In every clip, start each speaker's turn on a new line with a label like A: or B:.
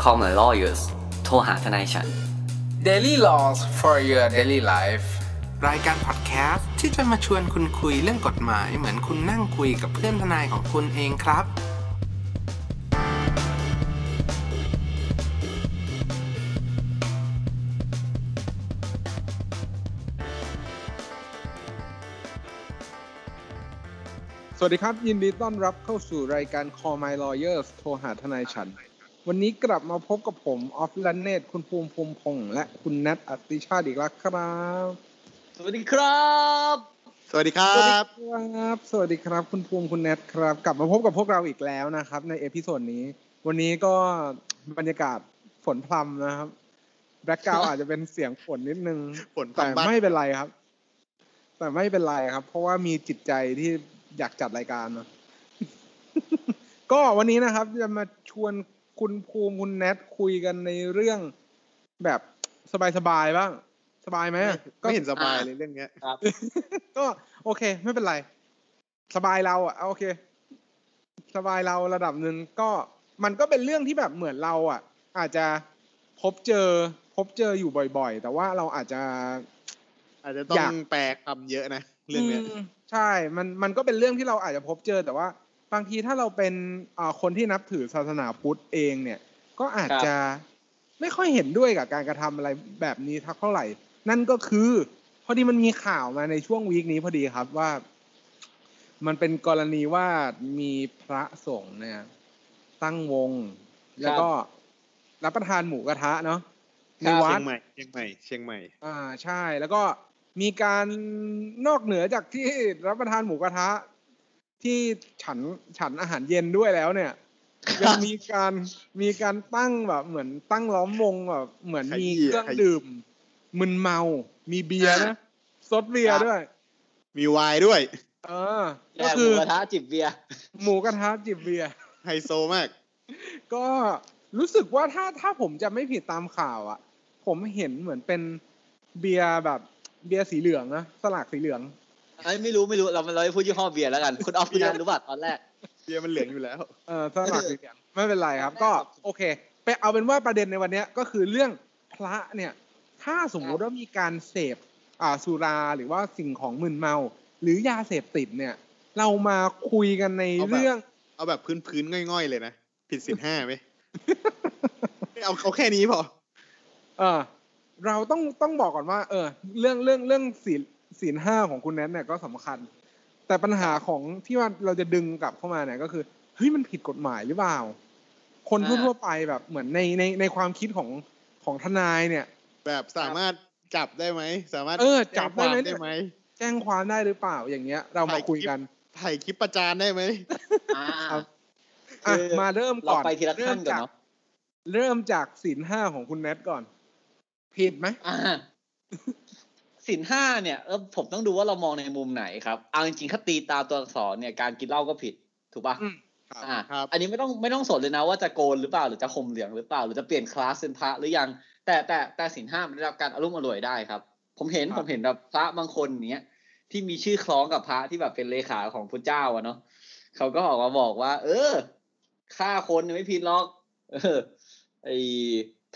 A: call my lawyers โทรหาทนายฉัน
B: Daily Laws for your daily life
C: รายการพอดแคสต์ที่จะมาชวนคุณคุยเรื่องกฎหมายเหมือนคุณนั่งคุยกับเพื่อนทนายของคุณเองครับ
D: สวัสดีครับ ยินดีต้อนรับเข้าสู่รายการ Call My Lawyers โทรหาทนายฉัน วันนี้กลับมาพบกับผมออฟลันเนตคุณภูมิภูมิพงษ์และคุณนัทอติชาติอีกแล้วครับ
E: สวัสดีครับ
F: สวัสดีครับ
D: ครับ สวัสดีครับ คุณภูมิคุณแนทครับ กลับมาพบกับพวกเราอีกแล้วนะครับ ในเอพิโซดนี้ วันนี้ก็บรรยากาศฝนพรำนะครับแบ็กก ราว อาจจะเป็นเสียงฝนนิดนึง
F: ฝนพรำ
D: แต่
F: บ้าง
D: ไม่เป็นไรครับ แต่ไม่เป็นไรครับ เพราะว่ามีจิตใจที่อยากจัดรายการเนอะ ก็วันนี้นะครับ จะมาชวนคุณภูมิคุณแนทคุยกันในเรื่องแบบสบายๆบ้างสบายไหมก็
F: ไม่เห็นสบายเลยเรื่องเนี้ย
D: ก็โอเค ไม่เป็นไร สบายเราอ่ะเอาโอเค สบายเราระดับหนึ่งก็มันก็เป็นเรื่องที่แบบเหมือนเราอ่ะ อาจจะพบเจอ พบเจออยู่บ่อย ๆ แต่ว่าเราอาจจะ
F: อาจจะต้อ
D: อยาง ก
F: แปลคำเยอะนะ เรื่องเนี้ย
D: มใช่ มันมันก็เป็นเรื่องที่เราอาจจะพบเจอแต่ว่า บางทีถ้าเราเป็นเอ่อคนที่นับถือศาสนาพุทธเองเนี่ย ก็อาจจะไม่ค่อยเห็นด้วยกับการกระทำอะไรแบบนี้ทักเท่าไหร่ นั่นก็คือ พอดีมันมีข่าวมาในช่วงวีคนี้พอดีครับว่า มันเป็นกรณีว่ามีพระสงฆ์เนี่ย ตั้งวง แล้วก็รับประทานหมูกระทะเนาะในวั
F: เชีย
D: ด
F: งใหม่ เชียงใหม่ เชียงใหม่
D: อ่าใช่แล้วก็มีการนอกเหนือจากที่รับประทานหมูกระทะ ที่ฉันฉันอาหารเย็นด้วยแล้ว เนี่ย ยังมีการมีการตั้งแบบเหมือนตั้งล้อมวงแบบเหมือนมี
F: ขยี้
D: เครื่อง
F: ขยี้
D: ดื่มมึนเมา มีเบียร์นะซดเบียร์ด้วย
F: มีไวายด้วย
D: เออก็
E: แล้วห
D: คื
E: มู
D: อก
E: ระทะจิบเบียร์
D: หมูกระทะจิบเบียร์
F: ไฮโซมาก
D: ก็รู้สึกว่าถ้าถ้าผมจะไม่ผิดตามข่าวอะ่ะ ผมเห็นเหมือนเป็นเบียร์แบบเบียร์สีเหลืองนะสลากสีเหลือง
E: ไอ้ยไม่รู้ไม่รู้เราเราไม่พูดยี่ห้อเบียร์แล้วกัน คุณออฟคุณนันรู้ป่ะตอนแรก
F: เบียร์มันเหลืองอยู่แล้ว
D: เออสลักสีเหลืองไม่เป็นไรครับ
E: ไม่เป็นไร
D: ก็
E: ครับ
D: โอเค ไปเอาเป็นว่าประเด็นในวันเนี้ยก็คือเรื่องพระเนี่ย ถ้าสมมุติว่ามีการเสพอ่าสุราหรือว่าสิ่งของมึนเมา หรือยาเสพติดเนี่ย เรามาคุยกันใน
F: เอาแบบ
D: เรื่อง
F: เอาแบบพื้นพื้นๆง่อยๆเลยนะ ผิดสินห้าไหม ไม่เอาเอาแค่นี้พอ
D: เออเราต้องต้องบอกก่อนว่า เออ เรื่องเรื่องเรื่องศีลศีลห้าของคุณแนทเนี่ยก็สำคัญ แต่ปัญหาของที่ว่าเราจะดึงกลับเข้ามาเนี่ยก็คือเฮ้ยมันผิดกฎหมายหรือเปล่า คน
E: อ่า
D: ทั่วๆไปแบบเหมือนในในในความคิดของของทนายเนี่ย
F: แบบสามารถจับได้ไหม สามารถ
D: เออ
F: แจ้ง
D: จับได้ไหม
F: ความได้ไหม
D: แจ้งความได้หรือเปล่าอย่างเงี้ย เรามาคุยกัน
F: ถ่ายคลิปประจานได้ไหม
E: อ่า
D: อ่ะ
E: คือ
D: มาเริ่ม
E: เรา
D: ก่อน
E: ไปทีละขั้นก่อนเนอะ
D: เริ่มจากศีลห้าของคุณแนทก่อน ผิดไหม
E: อ่าสินห้าเนี่ยเออผมต้องดูว่าเรามองในมุมไหนครับเอาจริงๆถ้าตีตามตัวอักษรเนี่ยการกินเหล้าก็ผิดถูกป่ะ
D: อืม
F: ครับ
E: อ่า
F: ครับ
E: อันนี้ไม่ต้องไม่ต้องสนเลยนะว่าจะโกนหรือเปล่าหรือจะห่มเหลืองหรือเปล่า หรือจะเปลี่ยนคลาสเป็นพระหรือยัง แต่แต่แต่สินห้ามันได้รับการอารมณ์อร่วยได้ครับ ผมเห็น
D: ครับ
E: ผมเห็นแบบพระบางคนเนี้ยที่มีชื่อคล้องกับพระที่แบบเป็นเลขาของพระเจ้าอะเนาะเขาก็ออกมาบอกว่า เออฆ่าคนเนี่ยไม่ผิดหรอก เออ ไอ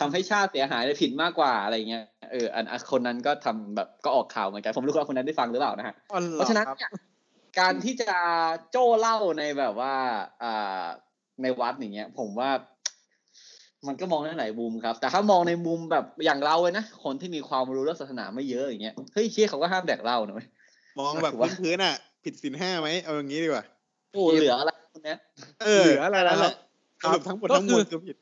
E: ทำให้ชาติเสียหายเลยผิดมากกว่าอะไรเงี้ยเอออันอันคนนั้นก็ทำแบบก็ออกข่าวเหมือนกันผมไม่รู้ว่าคนนั้นได้ฟังหรือเปล่านะฮะ
D: อ๋อหอ
E: เพราะฉะนั้น
D: ครับ
E: เนี่ยการที่จะโจ้เหล่าในแบบว่าอ่าในวัดอย่างเงี้ย ผมว่า มันก็มองได้หลายมุมครับ แต่ถ้ามองในมุมแบบอย่างเราเลยนะคนที่มีความรู้เรื่องศาสนาไม่เยอะอย่างเงี้ยเฮ้ยเชี่ยเขาก็ห้ามแดกเหล้านะเว้ย
F: มองแบบ
E: ถือว่า
F: พื้นพื้นๆอ่ะ ผิดสินห้าไหม เอาอย่างนี้ดีกว่า
E: โอ้เหลืออะไรคนเนี้ย
F: เออ
D: เหลืออะไรแล้ว
F: นั่นแหละ
D: ค
F: ส
D: รับ
F: รุปทั้งหมดทั้งมวลคือผิด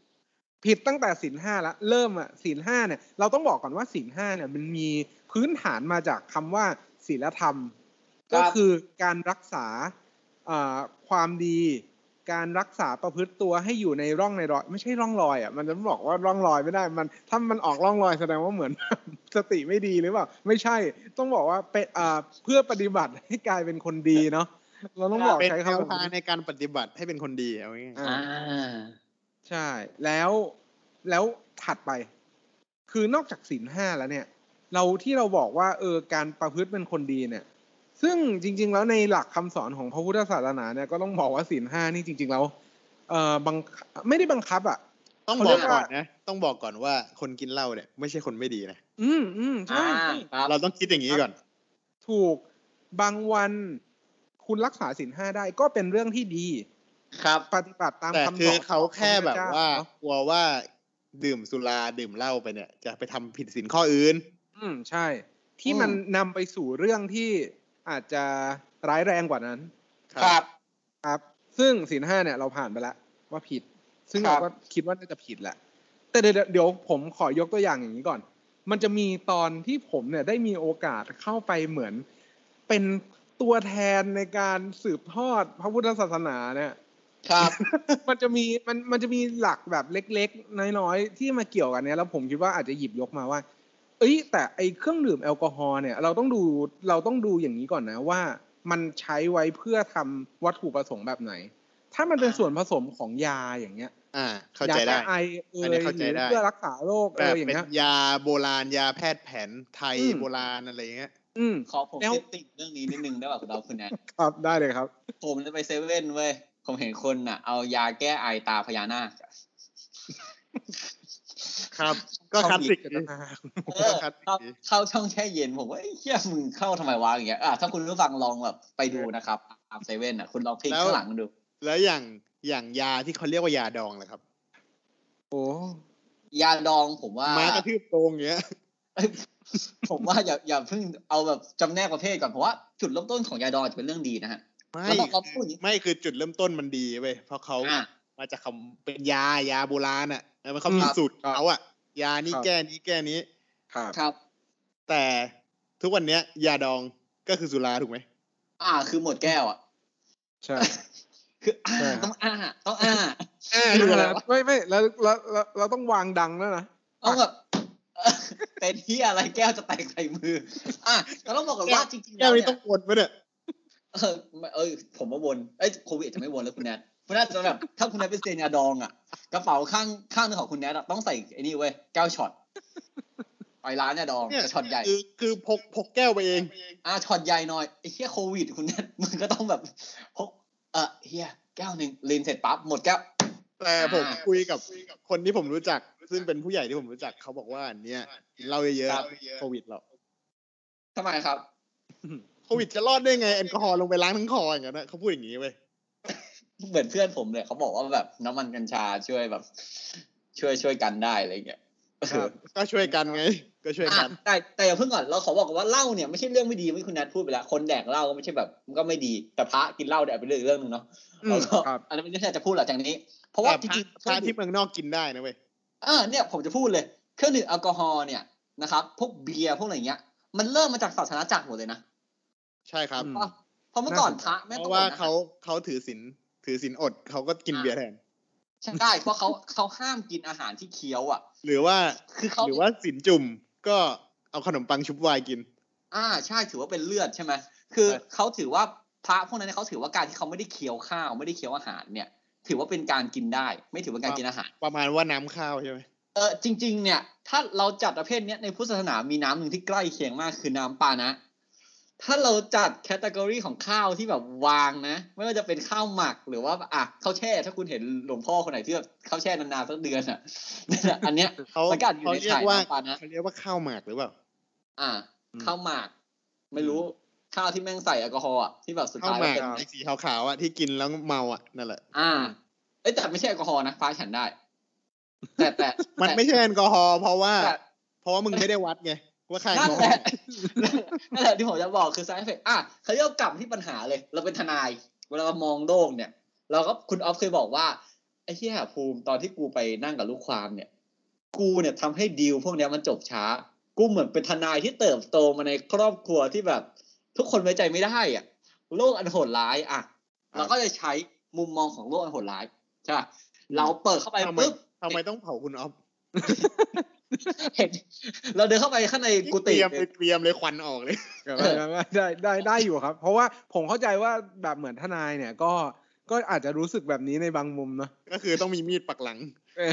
D: ผิดตั้งแต่ศีลห้าละเริ่มอ่ะศีลห้าเนี่ยเราต้องบอกก่อนว่าศีลห้าเนี่ย มันมีพื้นฐานมาจากคำว่าศีลธรรม
E: ครับ
D: ก็คือการรักษาเอ่อความดี การรักษาประพฤติตัวให้อยู่ในร่องในรอย ไม่ใช่ร่องรอยอ่ะมันจะบอกว่าร่องรอยไม่ได้มันถ้ามันออกร่องรอยแสดงว่าเหมือน สติไม่ดีหรือเปล่าไม่ใช่ต้องบอกว่าเป็นเอ่อเพื่อปฏิบัติให้กลายเป็นคนดีเนาะเราต้องบอก
F: เป็น
D: ใช้
F: แนว
D: คำ
F: ทาง
D: ว่า
F: ในการปฏิบัติให้เป็นคนดีเอาง่าย
D: อ่า
E: อ่า
D: ใช่ แล้วแล้วถัดไป คือนอกจากศีลห้าแล้วเนี่ย เราที่เราบอกว่าเออการประพฤติเป็นคนดีเนี่ย ซึ่งจริง ๆ แล้วในหลักคำสอนของพระพุทธศาสนาเนี่ยก็ต้องบอกว่าศีลห้านี่จริง ๆ แล้วเออบังไม่ได้บังคับอะ
F: ต้องบอกก่อนนะ ต้องบอกก่อนว่าคนกินเหล้าเนี่ยไม่ใช่คนไม่ดีนะ
D: อืมอืมใช่
E: อ่า
D: ใช่
E: ครับ
F: เราต้องคิดอย่างนี้ก่อน
D: ถูกบางวันคุณรักษาศีลห้าได้ก็เป็นเรื่องที่ดี
E: ครับ
D: ปฏิบัติตาม
F: แต่
D: คำสอน
F: คือเขาแค่แบบ
D: ของพระเจ้
F: ว่า
D: เนอะ
F: กลัวว่าดื่มสุราดื่มเหล้าไปเนี่ย จะไปทำผิดศีลข้ออื่น
D: อืมใช่ ที่มันนำไปสู่เรื่องที่อาจจะร้ายแรงกว่านั้น
E: ครับ
D: ซึ่งศีลห้าเนี่ยเราผ่านไปแล้วว่าผิด ซึ่ง
E: ครั
D: เรา
E: บ
D: ก็คิดว่าน่าจะผิดแหละ แต่เดี๋ยวเดี๋ยวผมขอยกตัวอย่างอย่างนี้ก่อน มันจะมีตอนที่ผมเนี่ยได้มีโอกาสเข้าไปเหมือน เป็นตัวแทนในการสืบทอดพระพุทธศาสนาเนี่ย
E: ครับ
D: มันจะมีมันมันจะมีหลักแบบเล็กๆ น้อยๆ ที่มาเกี่ยวกันเนี้ยแล้วผมคิดว่าอาจจะหยิบยกมาว่า เอ้ยแต่ไอเครื่องดื่มแอลกอฮอล์เนี่ยเราต้องดูเราต้องดูอย่างนี้ก่อนนะว่ามันใช้ไว้เพื่อทำวัตถุประสงค์แบบไหน ถ้ามันเป็นส่วนผสมของยาอย่างเงี้ย
F: อ่า เข้าใจได้
D: ยแก้ไอเอ่
F: อั
D: ย
F: น
D: หรื
F: นี้
D: อ
F: เข้าใจได้
D: เพื่อรักษาโรค
F: แบ
D: เอ่
F: บ
D: ยอย่าง
F: เป็น
D: เงี้ย
F: ยาโบราณยาแพทย์แผนไทย
D: อืม
F: โบราณอะไรอย่างเงี้ย
D: อืม
E: ขอผม
D: แล้ว
E: เซตติดเรื่องนี้นิดนึงได้ป่ะคุณดาวคุณแอน
D: ครับได้เลยครับ
E: ผมจะไปเซเว่นเว้ย ผมเห็นคนอ่ะ เอายาแก้ไอตาพญานาค
F: ครับ ก็คลาสสิกดี
E: เออ
F: ก็คลาสสิก
E: เข้า
F: ดี
E: เข้าช่องแช่เย็นผมว่าไอ้เฮียมึงเข้าทำไมวะอย่างเงี้ยอ่ะถ้าคุณผู้ฟังลองแบบไปดูนะครับตามเซเว่นอ่ะ คุณลองพลิกข้างหลังดู
F: แล้วอย่างอย่างยาที่เขาเรียกว่ายาดองเลยครับ
D: โอ้
E: ยาดองผมว่า
F: ม้ากระทืบโปรงอย่างเงี้ย
E: ผมว่าอย่าอย่าเพิ่งเอาแบบจำแนกประเภทก่อนเพราะว่าจุดเริ่มต้นของยาดองอาจจะเป็นเรื่องดีนะฮะ
F: ไม่
E: แล้วเราพูดอย่างนี้
F: ไม่คือจุดเริ่มต้นมันดีเว้ยเพราะเขา
E: อ่ะ
F: มาจากคำเป็นยายาโบราณอ่ะเออมันเขามี
E: ครับ
F: สูตรเขาอ่ะ ยานี้แก้นี้แก้นี้
D: ครับ
E: ครับ
F: แต่ทุกวันเนี้ยยาดองก็คือสุราถูกไหม
E: อ่าคือหมดแก้วอ่ะ
D: ใช่
E: คืออ่า
D: ใช่
E: ต้องอ่าต้องอ่า
F: อ่า
E: ไม่รู้
F: คือ
E: แล้
F: อะ
E: ว
F: ไร
D: ไม่ไม่แล้วแล้วแล้วเราต้องวางดังแล้วนะ
E: ต้องแบบ เออเป็นที่อะไรแก้วจะแตกใส่มือ อ่ะเราต้องบอกก่อนว่าจริงๆ
F: แก้
E: แล้ว ว
F: นี้
E: เนี่ย
F: ต้องวนไปเนี่ย
E: เออเอยผมว่าวนเอ้ยโควิดอาจจะไม่วนแล้วคุณแนทคุณแนทจะแบบ ถ้าคุณแนทเป็นเซนยาดองอ่ะกระเป๋าข้างข้างหนึงของคุณแนทอะต้องใส่ไอ้นี่เว้ยแก้วช็อตไปร้านยาดอง
F: เนี่ย
E: ช็อตใหญ่
F: คือคือพกพกแก้วไปเอง
E: อ่ะช็อตใหญ่หน่อยไอ้เหี้ยโควิดคุณแนท มันก็ต้องแบบพกเออเฮียแก้วหนึ่งลินเสร็จปั๊บหมดแก้ว
F: แต่ผม
E: อ่า
F: คุยกับคนที่ผมรู้จัก ซึ่งเป็นผู้ใหญ่ที่ผมรู้จักเขาบอกว่าเนี่ยกินเหล้าเยอะ
E: ครับ
F: ๆโควิดหรอก
E: ทำไมครับ
F: โควิดจะรอดได้ไงแอลกอฮอล์ลงไปล้างทั้งคออย่างนั้นนะเขาพูดอย่างนี้เว้ย
E: เหมือนเพื่อนผมเลยเขาบอกว่าแบบน้ำมันกัญชาช่วยแบบ ช่วยช่วยกันได้อะไรอย่างเงี้ย
D: ครับ
F: ก็ช่วยกันไง ก็ช่วยกัน
E: อ่ะแต่แต่อย่าเพิ่งก่อนเราขอบอกก่อนว่าเหล้าเนี่ยไม่ใช่เรื่องไม่ดีไม่คุณนัทพูดไปแล้วคนแดกเหล้าก็ไม่ใช่แบบมันก็ไม่ดีแต่พระกินเหล้าเนี่ยเป็นเรื่องอีกเรื่องหนึ่งเนาะ
D: อืม
E: แล้วก็
D: ครับ
E: อันนั้นไม่ได้จะพูดหลังจากนี้ เพราะว่า
F: แต่พ
E: จ
F: ระ
E: ริง
F: พระที่เมืองนอกกินได้นะเว้ย
E: เออเนี่ยผมจะพูดเลยเครื่องดื่มแอลกอฮอล์เนี่ยนะครับพวกเบียร์พวกอะไรอย่างเงี้ยมันเริ่มมาจากศาสนาจักรหมดเลยนะ
F: ใช่ครับ
D: อืม
E: เพราะเมื่อก่อน
D: น่าสนใจ
E: พระแม่ง
F: เพ
E: ก็
F: ราะ
E: อ
F: ว่า
E: ดนะ
F: เขาเขาถือศีลถือศีลอดเขาก็กินเบียร์แทน
E: ใช่ได้เพราะเขาเขาห้ามกินอาหารที่เคี้ยวอ่ะ
F: หรือว่า
E: คือเขา
F: หรือว่าสินจุ่มก็เอาขนมปังชุบไวน์กิน
E: อ่าใช่ถือว่าเป็นเลือดใช่ไหมคือ
F: ใช่
E: เขาถือว่าพระพวกนั้นเนยเขาถือว่าการที่เขาไม่ได้เคี้ยวข้าวไม่ได้เคี้ยวอาหารเนี่ย ถือว่าเป็นการกินได้ ไม่ถือว่าการกินอาหาร
F: ประมาณว่าน้ำข้าวใช่ไหม
E: เออจริง ๆ เนี่ย ถ้าเราจัดประเภทเนี้ยในพุทธศาสนามีน้ำหนึ่งที่ใกล้เคียงมากคือน้ำปานะ ถ้าเราจัดแคตตากรีของข้าวที่แบบวางนะ ไม่ว่าจะเป็นข้าวหมักหรือว่าอ่ะข้าวแช่ ถ้าคุณเห็นหลวงพ่อคนไหนที่แบบข้าวแช่นานๆสักเดือนอ่ะ นั่นแหละอันเนี้ย
F: เขา
E: แล้วก็อาจอยู่
F: เขา
E: ใน
F: เรีย
E: ฉาก ก
F: ว่า
E: น้ำปานะ
F: เขาเรียกว่าข้าวหมากหรือเปล่า
E: อ่ะ
D: อืม
E: ข้าวหมาก ไม่รู้ข้าวที่แม่งใส่แอลกอฮอล์อ่ะที่แบบสุด
F: ข้าว
E: ท้าย
F: ห
E: แล้ว
F: มาก
E: เป็น
F: ไอ้สีขาวๆอ่ะที่กินแล้วเมาอ่ะนั่นแหละ
E: อ่า เอ้ยแต่ไม่ใช่แอลกอฮอล์นะฟ้าฉันได้ แต่แต่
F: มันไม่ใช่แอลกอฮอล์เพราะว่า
E: แต่
F: เพราะว่ามึงไม่ได้วัดไงว่าใคร
E: นั่นแหละนั่นแหละที่ผมจะบอกคือ side effect อ่ะเขาเรียกว่ากลับที่ปัญหาเลย เราเป็นทนาย เวลาเรามองโลกเนี่ย เราก็คุณออฟเคยบอกว่าไอ้เหี้ยภูมิตอนที่กูไปนั่งกับลูกความเนี่ย กูเนี่ยทำให้ดีลพวกเนี้ยมันจบช้า กูเหมือนเป็นทนายที่เติบโตมาในครอบครัวที่แบบ ทุกคนไว้ใจไม่ได้อ่ะ โลกอันโหดร้ายอ่ะเราก็จะใช้มุมมองของโลกอันโหดร้ายใช่ปะเราเปิดเข้าไป
F: ทำไม
E: ปุ๊บ
F: ทำไมต้องเผาคุณออฟ
E: เห็นเราเดินเข้าไปข้างในกุ
F: เต
E: ฏิ
F: รียมเลยเตรียมเลยควันออกเลย
D: ได้ได้ได้ได้อยู่ครับ เพราะว่าผมเข้าใจว่าแบบเหมือนทนายเนี่ยก็ก็อาจจะรู้สึกแบบนี้ในบางมุมเนอะ
F: ก็คือต้องมีมีดปักหลัง
D: เออ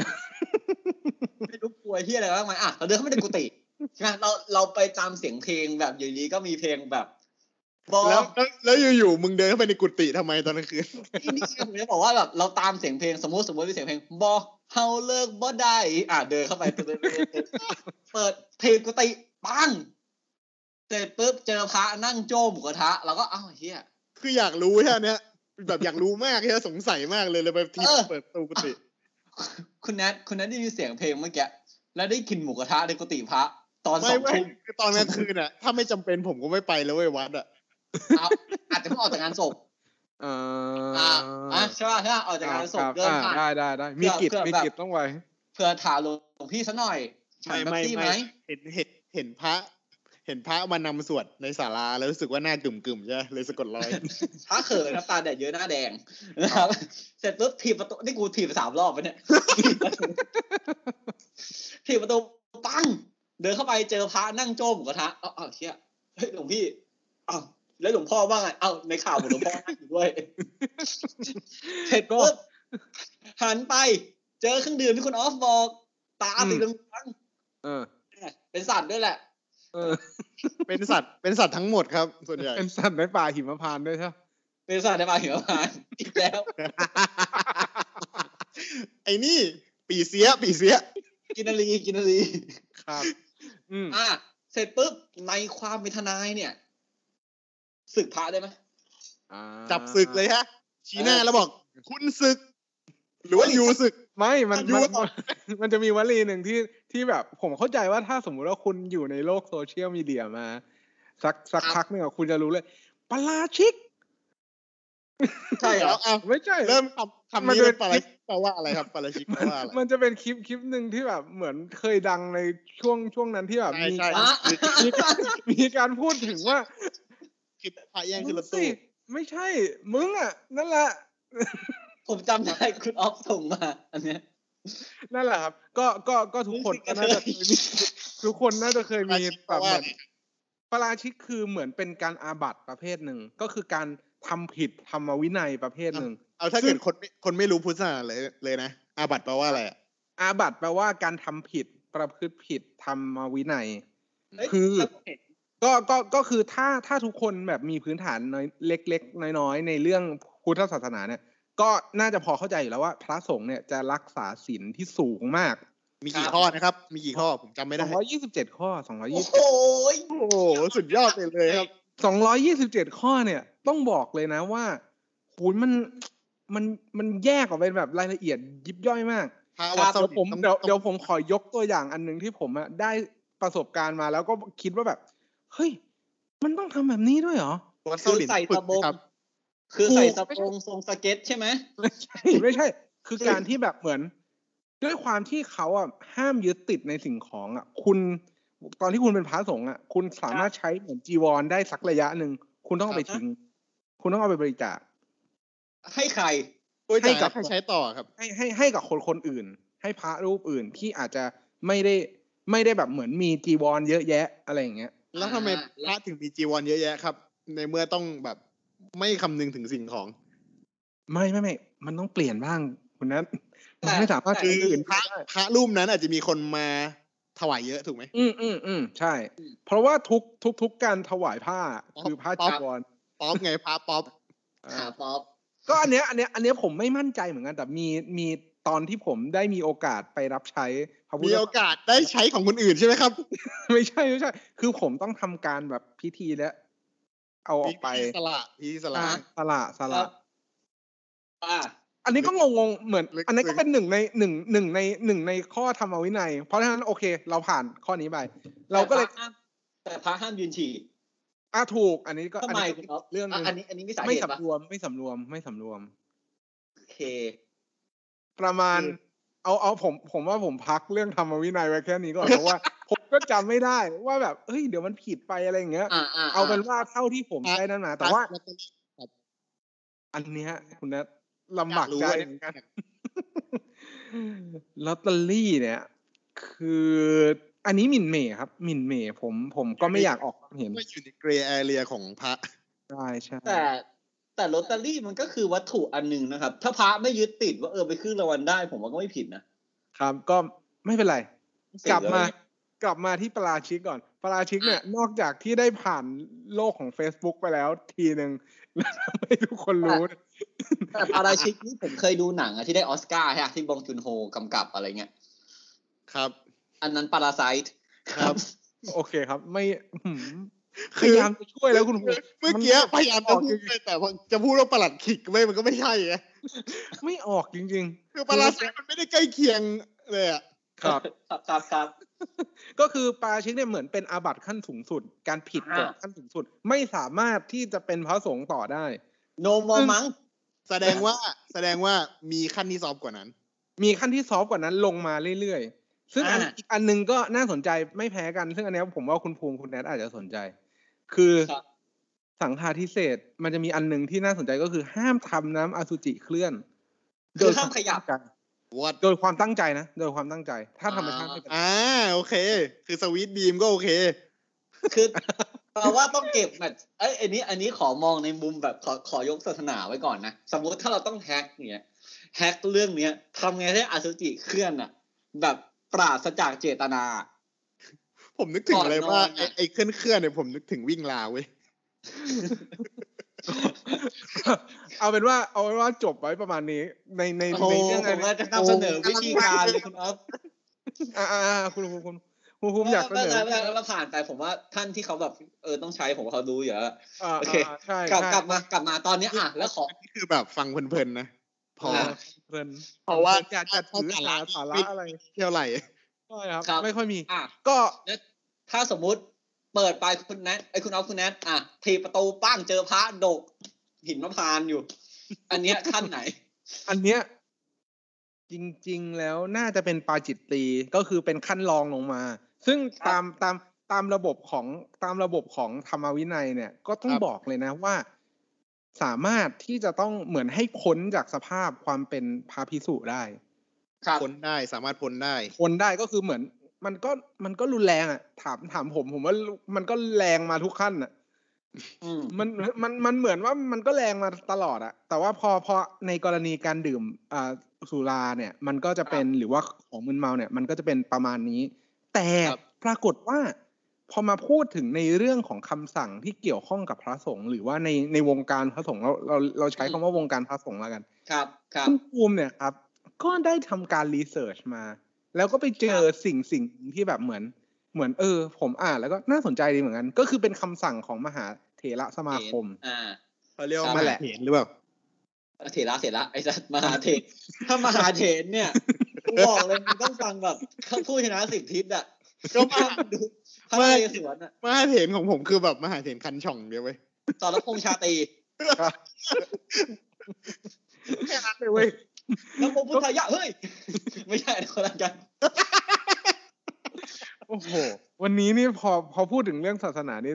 E: ไม่รู้กลัวที่อะไรบ้างไหมอ่ะเราเดินเข้าไปในกุฏิ ใช่ไหมเราเราไปตามเสียงเพลงแบบอยู่ดีก็มีเพลงแบบบอ
F: แล้ว
E: ก
F: แล้วแล้วอยู่ๆมึงเดินเข้าไปในกุฏิทำไมตอนกลางคืน
E: นี่นี่ผมจะบอกว่าแบบเราตามเสียงเพลงสมมติสมมติมีเสียงเพลงบอ เฮาเลิกบ่ได้อ่ะเดินเข้าไป เปิดเพลงกุฏิปังเสร็จปุ๊บเจอพระนั่งโจมหมูกระทะ แล้วก็อ้าวเฮีย
F: คืออยากรู้แค่เนี้ยแบบอยากรู้มากแค่สงสัยมากเลยเลยไปที
E: เออ
F: เปิดประตูกุฏิ
E: คุณแนทคุณแนทได้ยินเสียงเพลงเมื่อกี้แล้วได้กลินหมูกระทะในกุฏิพระ ตอนส
F: ไม่
E: อง
F: ไม่
E: ทุ่ม
F: คือตอนกลางคืนอ่ะ ถ้าไม่จำเป็นผมก็ไม่ไปแล้วเว้ยวัดอ่ะ
E: เอาอาจจะเพิ่งออกจากงานศพ
D: เอ
E: อ่าอ่ะใช่ป่ะใช่ป่ะออกจากงานศ
D: ค
E: พ
D: รับ
E: เดิน
D: อ่า
E: ผ่าน
D: ได้ได้ได้มีกิจ
E: เกือบ
D: มี
E: แบบ
D: กิจต้องไว้
E: เพื่อถามหลวงพี่ซะหน่อยฉันแป๊บซี่ไหม
F: เห็นเห็นเห็นพระ เห็นพระมานำสวดในศาลาแล้วรู้สึกว่าหน้ากึ่มกึ่มๆใช่ไหมเลยสะกด รอย
E: พระเขินน้ำตาแดดเยอะหน้าแดง นะครับเสร็จปุ๊บถีบประตูนี่กูถีบไปสามรอบไป เนี่ยถีบประตูปัง เดินเข้าไปเจอพระนั่งโจมหมูกระทะเอ้าเอ้าเชี่ยเฮ้ยหลวงพี่เอ้าแล้วหลวงพ่อว่าไงเอ้าในข่าวบอกหลวงพ่อนั่งอยู่ ด้วยเสร็จปุ๊บหันไป เจอเครื่องดื่มที่คุณออฟบอกตาสีเหลือง
D: เออ
E: ๆเป็นสัตว์ด้วยแหละ
D: เออ
F: เป็นสัตว์เป็นสัตว์ทั้งหมดครับ ส่วนใหญ่
D: เป็นสัตว์ในป่าหิมพานต์ด้วยใช่ไหม
E: เป็นสัตว์ในป่าหิมพานต์อีกแล้ว
F: ไอ้นี่ปีเสียปีเสีย
E: กินนารีกินนารี
D: ครับ อืม
E: อ่ะเสร็จปุ๊บในความเป็นทนายเนี่ยศึกพระได้ไหม
D: อ่า
F: จับศึกเลยฮะ ชี้หน้า
E: เออ
F: แล้วบอก คุณศึก หรือว่าอยู่ศึก
D: ไม่มัน
F: มันยั่
D: มัน
F: ว
D: มันจะมีวลีหนึ่งที่ที่แบบผมเข้าใจว่าถ้าสมมุติว่าคุณอยู่ในโลกโซเชียลมีเดียมา สักสัก
E: ครับ
D: พักหนึ่งอะคุณจะรู้เลยปลาชิก
E: ใช่เหร
F: แล้
E: อ
F: วเอา
D: ไม่ใช่
F: เริ่มคำคำ
D: มัน
F: นี้
D: เป็
F: เป็น นปาราชิกแปลว่าอะไรครับปาราชิกแปลว่าอะไร
D: มันจะเป็นคลิปคลิปหนึ่งที่แบบเหมือนเคยดังในช่วงช่วงนั้นที่แบบ
F: ใช่
D: มี
F: ใช่
D: การ
E: อ่ะ
D: มีการมีการพูดถึงว่า
F: คิดพระแย่ง
D: มึ
F: ขึ้น
D: ง
F: รถ
D: สิ
F: ตู้
D: ไม่ใช่ มึงอ่ะ นั่นแหละ
E: ผมจำได้คุณออฟส่งมา อันเนี้ย
D: นั่นแหละครับ ก็ก็ก็ทุกคนก็น่าจะเคยมีทุกคนน่าจะเคย
F: ปารา
D: มี
F: ชิก
D: แบ
F: แปล
D: บ
F: ว่า
D: เหมือนปาราชิกคือเหมือนเป็นการอาบัติประเภทหนึ่ง ก็คือการทำผิดธรรมวินัยประเภทหนึ่ง
F: เอาถ้าเกิดคนไม่คนไม่รู้พุทธศาสนาเลยเลยนะอาบัติแปลว่าอะไรอะ
D: อาบัติแปลว่าการทำผิดประพฤติผิดธรรมวินัย
E: เอ้ย
D: คือ ก็ก็ก็คือถ้าถ้าทุกคนแบบมีพื้นฐานน้อยเล็ก ๆ น้อยๆ ในเรื่องพุทธศาสนาเนี่ย ก็น่าจะพอเข้าใจอยู่แล้วว่า พระสงฆ์เนี่ยจะรักษาศีลที่สูงมาก
F: มีกี่ข้อนะครับ มีกี่ข้อผมจำไม่ได้
D: 227 ข้อ
E: โอ้โห
D: 227
E: ย
F: โอ้โหสุดยอดไปเลยครับ
D: 227 ข้อเนี่ย ต้องบอกเลยนะว่าคูณมันมันมันแยกออกเป็นแบบรายละเอียดยิบย่อยมาก
F: พระ
D: เด
F: วัดส
D: ๋ยวผม
F: ต้อง
D: เดี๋ยว
F: ต้อง
D: เดี๋ยวผมขอยกตัวอย่างอันหนึ่งที่ผมอะได้ประสบการณ์มาแล้วก็คิดว่าแบบ เฮ้ย มันต้องทำแบบนี้ด้วยเหรอ
F: วัด
E: คื
F: เส้า
E: อ
F: หลิน
E: ใส่
F: ฝึ
E: ส
F: ก
E: บง
F: นะครับ
E: คือใส่สบงทรงสเก็ตใช่ไหม
D: ไม่ใช่ ไม่ใช่ คือการที่แบบเหมือน ด้วยความที่เขาอ่ะห้ามยึดติดในสิ่งของอ่ะ คุณตอนที่คุณเป็นพระสงฆ์อ่ะ คุณสามารถใช้เหมือนจีวรได้สักระยะหนึ่งคุณต้องเอาไป
E: ครับ
D: ทิ้ง คุณต้องเอาไปบริจาค
E: ให้ใคร
F: ให้
D: ให้
F: กั
D: กั
F: บบ ใครใช้ต่อครับ
D: ให้ให้ให้กับคนคนอื่น ให้พระรูปอื่นที่อาจจะไม่ได้ไม่ได้แบบเหมือนมีจีวรเยอะแยะอะไรอย่างเงี้ย
F: แล้วทำไม
E: อ่า
F: พระถึงมีจีวรเยอะแยะครับ ในเมื่อต้องแบบไม่คำนึงถึงสิ่งของ
D: ไม่ไม่ไม่ มันต้องเปลี่ยนบ้างคุณนัท
E: แต่
D: มันไม่สามารถ
E: แต่
D: คืนอื่น
F: พระ
D: ได้
F: พระรูปนั้นอาจจะมีคนมาถวายเยอะถูกไหม
D: อืมอืมอืมใช่ เพราะว่าทุกทุกทุกการถวายผ้า
F: อ๋อ
D: คือผ้าจีวร
F: ป๊อปไงพระป๊อป
D: อ่า
E: หาป๊อป
D: ก็อันเนี้ยอันเนี้ยอันเนี้ยผมไม่มั่นใจเหมือนกันแต่มีมีตอนที่ผมได้มีโอกาสไปรับใช้พระพุทธ
F: มีโอกาสได้ใช้ของคนอื่นใช่ไหมครับ
D: ไม่ใช่ไม่ใช่ คือผมต้องทำการแบบพิธีและเอาออกไป
F: สละพี่สละ
D: อ่ะสละสละ
E: อ่า
D: อันนี้ก็งงๆ เหมือน
F: ลึกๆ
D: อันนี้นก็เป็นหนึ่งในหนึ่งหนึ่งในหนึ่งในข้อธรรมวินัย เพราะฉะนั้นโอเค เราผ่านข้อนี้ไป เราก็เลย
E: แต่พระห้ามยืนฉี่
D: อ่ะถูก อันนี้ก็
E: ทำ
D: อัน
E: ไม
D: นี้
E: คุณ
D: ก็
E: ออฟ
D: เรื่องหนึ
E: ะ
D: ง
E: อันนี้อันนี้มีสาเห
D: ไม่
E: ตุปะ
D: สำรวมไม่สำรวมไม่สำรวม
E: โอเค
D: ประมาณ เอาเอาผมผมว่าผมพักเรื่องธรรมวินัยไว้แค่นี้ก่อน เพราะว่า ผมก็จำไม่ได้ว่าแบบเฮ้ยเดี๋ยวมันผิดไปอะไรอย่างเงี้ย
E: อ่าอ่า
D: เอาเป็นว่าเท่าที่ผมได้นั่นมาแต่ว่า อันเนี้ยคุณนะลำบากใจ
F: อยาก
D: เห
F: รู้ไว้
D: มือนกัน ลอตเตอรี่เนี่ย คืออันนี้หมิ่นเหม่ครับหมิ่นเหม่ผมผมก็ไม่อยากออกความเห็น
F: ก็อยู่ในเกรย์แอเรียของพระ
D: ใช่ใช่
E: แต่แต่ลอตเตอรี่มันก็คือวัตถุอันหนึ่งนะครับ ถ้าพระไม่ยึดติดว่าเออไปขึ้นรางวัลได้ ผมว่าก็ไม่ผิดนะ
D: ครับ ก็ไม่เป็นไร
E: เสีย
D: กลับมา
E: เลย
D: กลับมาที่ปาราชิกก่อนปาราชิกเนี่ยนอกจากที่ได้ผ่านโลกของ Facebook ไปแล้วทีหนึ่งแล้วทำให้ทุกคนรู้
E: แต่ปาราชิกนี่ผมเคยดูหนังอะที่ได้ออสการ์ฮะที่บองจุนโฮกำกับอะไรเงี้ย
F: ครับ
E: อันนั้นปาราไซต์
F: ครับ
D: โอเคครับ ไม่อื้อหือ
F: คือย
D: พายามจะช่วยแล้วคุณครู
F: เมื่อกี้พยายามจะพูดไปแต่ว่าจะพูดว่าประหลัดขิกไม่มันก็ไม่ใช่ไง
D: ไม่ออกจริง
F: คือประหลัดไซด์มันไม่ได้ใกล้เคียงเลยอ่ะ
D: ๆ ครับ
E: ครับครับครับ
D: ก็คือปาราชิกเนี่ยเหมือนเป็นอาบัติขั้นสูงสุด การผิดกฎ
E: อ่า
D: ขั้นสูงสุด ไม่สามารถที่จะเป็นพระสงฆ์ต่อได้
E: โนมอมัง
F: แสดงว่าแสดงว่ามีขั้นที่ซอฟต์กว่านั้น
D: มีขั้นที่ซอฟต์กว่านั้นลงมาเรื่อยๆ ซึ่งอัน
E: อ่า
D: อีกอันหนึงก็น่าสนใจไม่แพ้กัน ซึ่งอันเนี้ยผมว่าคุณภูมิคุณแนทอาจจะสนใจ คือสังฆาทิเศษมันจะมีอันหนึงที่น่าสนใจก็คือห้ามทำน้ำอสุจิเคลื่อน
E: คือห้ามขยับ
F: what
D: โดยความตั้งใจนะ โดยความตั้งใจ ถ้าธรรมชาติไม่เป็นไร
F: อ่าโอเค คือสวีทบีมก็โอเค
E: คือแปลว่าต้องเก็บแบบเอ้ยอันนี้อันนี้ขอมองในมุมแบบขอขอยกศาสนาไว้ก่อนนะ สมมุติถ้าเราต้องแฮกเนี่ยแฮกเรื่องเนี้ยทำไงให้อสุจิเคลื่อนอะแบบปราศจากเจตนา
F: ผมนึกถึง
E: ก่อน
F: อะไร
E: นอน
F: ว่า
E: น่ะ
F: ไอ้เคลื่อนเคลื่อนๆเนี่ยผมนึกถึงวิ่งลาวเว้ย
D: เอาเป็นว่าเอาเป็นว่าจบไว้ประมาณนี้ ในใน
E: โอ้โห
D: ในเรื่อง
E: ผ
D: อันนี้
E: มว่าจะนำเสนอวิธีการเลยคุณอ๊อฟ
D: อ่าอ่าอ่าคุณภูมิคุณคุณภูมิอยากเสนอ
E: ไม่ไม่ไม่เราผ่านไปผมว่าท่านที่เขาแบบเออต้องใช้ผมว่าเขารู้อยู่แล้ว
D: อ่า
E: โอเค
D: อ่าใช่
E: กลับ
D: ใช่
E: กลับมากลับมาตอนเนี้ยอ่ะแล้วขอ
F: นี่คือแบบฟังเพลินๆนะ พอ
E: อ่า
D: เพลิน
F: เพราะว่า
D: อยากจะถือสาสาระอะไร
F: เที่ยวไหล
D: ใช่ครับ
E: ครับ
D: ไม่ค่อยมี
E: อ่ะ
D: ก็
E: แล้วถ้าสมมุติเปิดไปคุณแนทไอ้ยคุณออฟคุณแนทอ่ะทีประตูป้างเจอพระดก หินมะพร้านอยู่ อันเนี้ยขั้นไหน
D: อันเนี้ยจริงๆแล้วน่าจะเป็นปาจิตตีก็คือเป็นขั้นรองลงมา ซึ่ง
E: ครับ
D: ตามตามตามระบบของตามระบบของธรรมวินัยเนี่ย ก็ต้อง
F: ครับ
D: บอกเลยนะว่า สามารถที่จะต้องเหมือนให้พ้นจากสภาพความเป็นพาพิสุได้
F: พ้นได้สามารถพ้นได้
D: พ้นได้ก็คือเหมือน มันก็มันก็รุนแรงอ่ะ ถามถามผม ผมว่ามันก็แรงมาทุกขั้นอ่ะ
E: อืม
D: มันมันมันเหมือนว่ามันก็แรงมาตลอดอะแต่ว่าพอพอในกรณีการดื่มอ่าสุราเนี่ย มันก็จะเป็นหรือว่าของมึนเมาเนี่ย มันก็จะเป็นประมาณนี้ แต่
F: ครับ
D: ปรากฏว่า พอมาพูดถึงในเรื่องของคำสั่งที่เกี่ยวข้องกับพระสงฆ์หรือว่าในในวงการพระสงฆ์เราเราเราใช้คำว่าวงการพระสงฆ์แล้วกัน
E: ครับครับ
D: คุณภูมิเนี่ยครับ ก็ได้ทำการรีเสิร์ชมา แล้วก็ไปเจอสิ่งสิ่งที่แบบเหมือน เหมือนเออ ผมอ่านแล้วก็น่าสนใจดีเหมือนกัน ก็คือเป็นคำสั่งของมหาเถระสมาคม
E: อ่า
F: เขาเรียกว่า
E: ครับ
F: มาแหละเห็นหรือเปล่า
E: เถระเถระไอ้สัตว์มหาเถรถ้ามหาเถรเนี่ยกูบอกเลยมึงต้องฟังแบบเขาพูดชนะสิบทิศอ่ะ
F: ก็มา
E: ห้ดูพระนเรศวรอ่ะ
F: มหาเถนของผมคือแบบมหาเถนคันช่องเดียวเว้ย
E: สอนรพงษ์ชา ตรี
F: แค่นั้นเลยเว้ย
E: น้ำมพุทธายะเฮ้ย ไม่ใช่นะคนละกัน
D: โอ้โห วันนี้นี่พอพอพูดถึงเรื่องศาสนานี่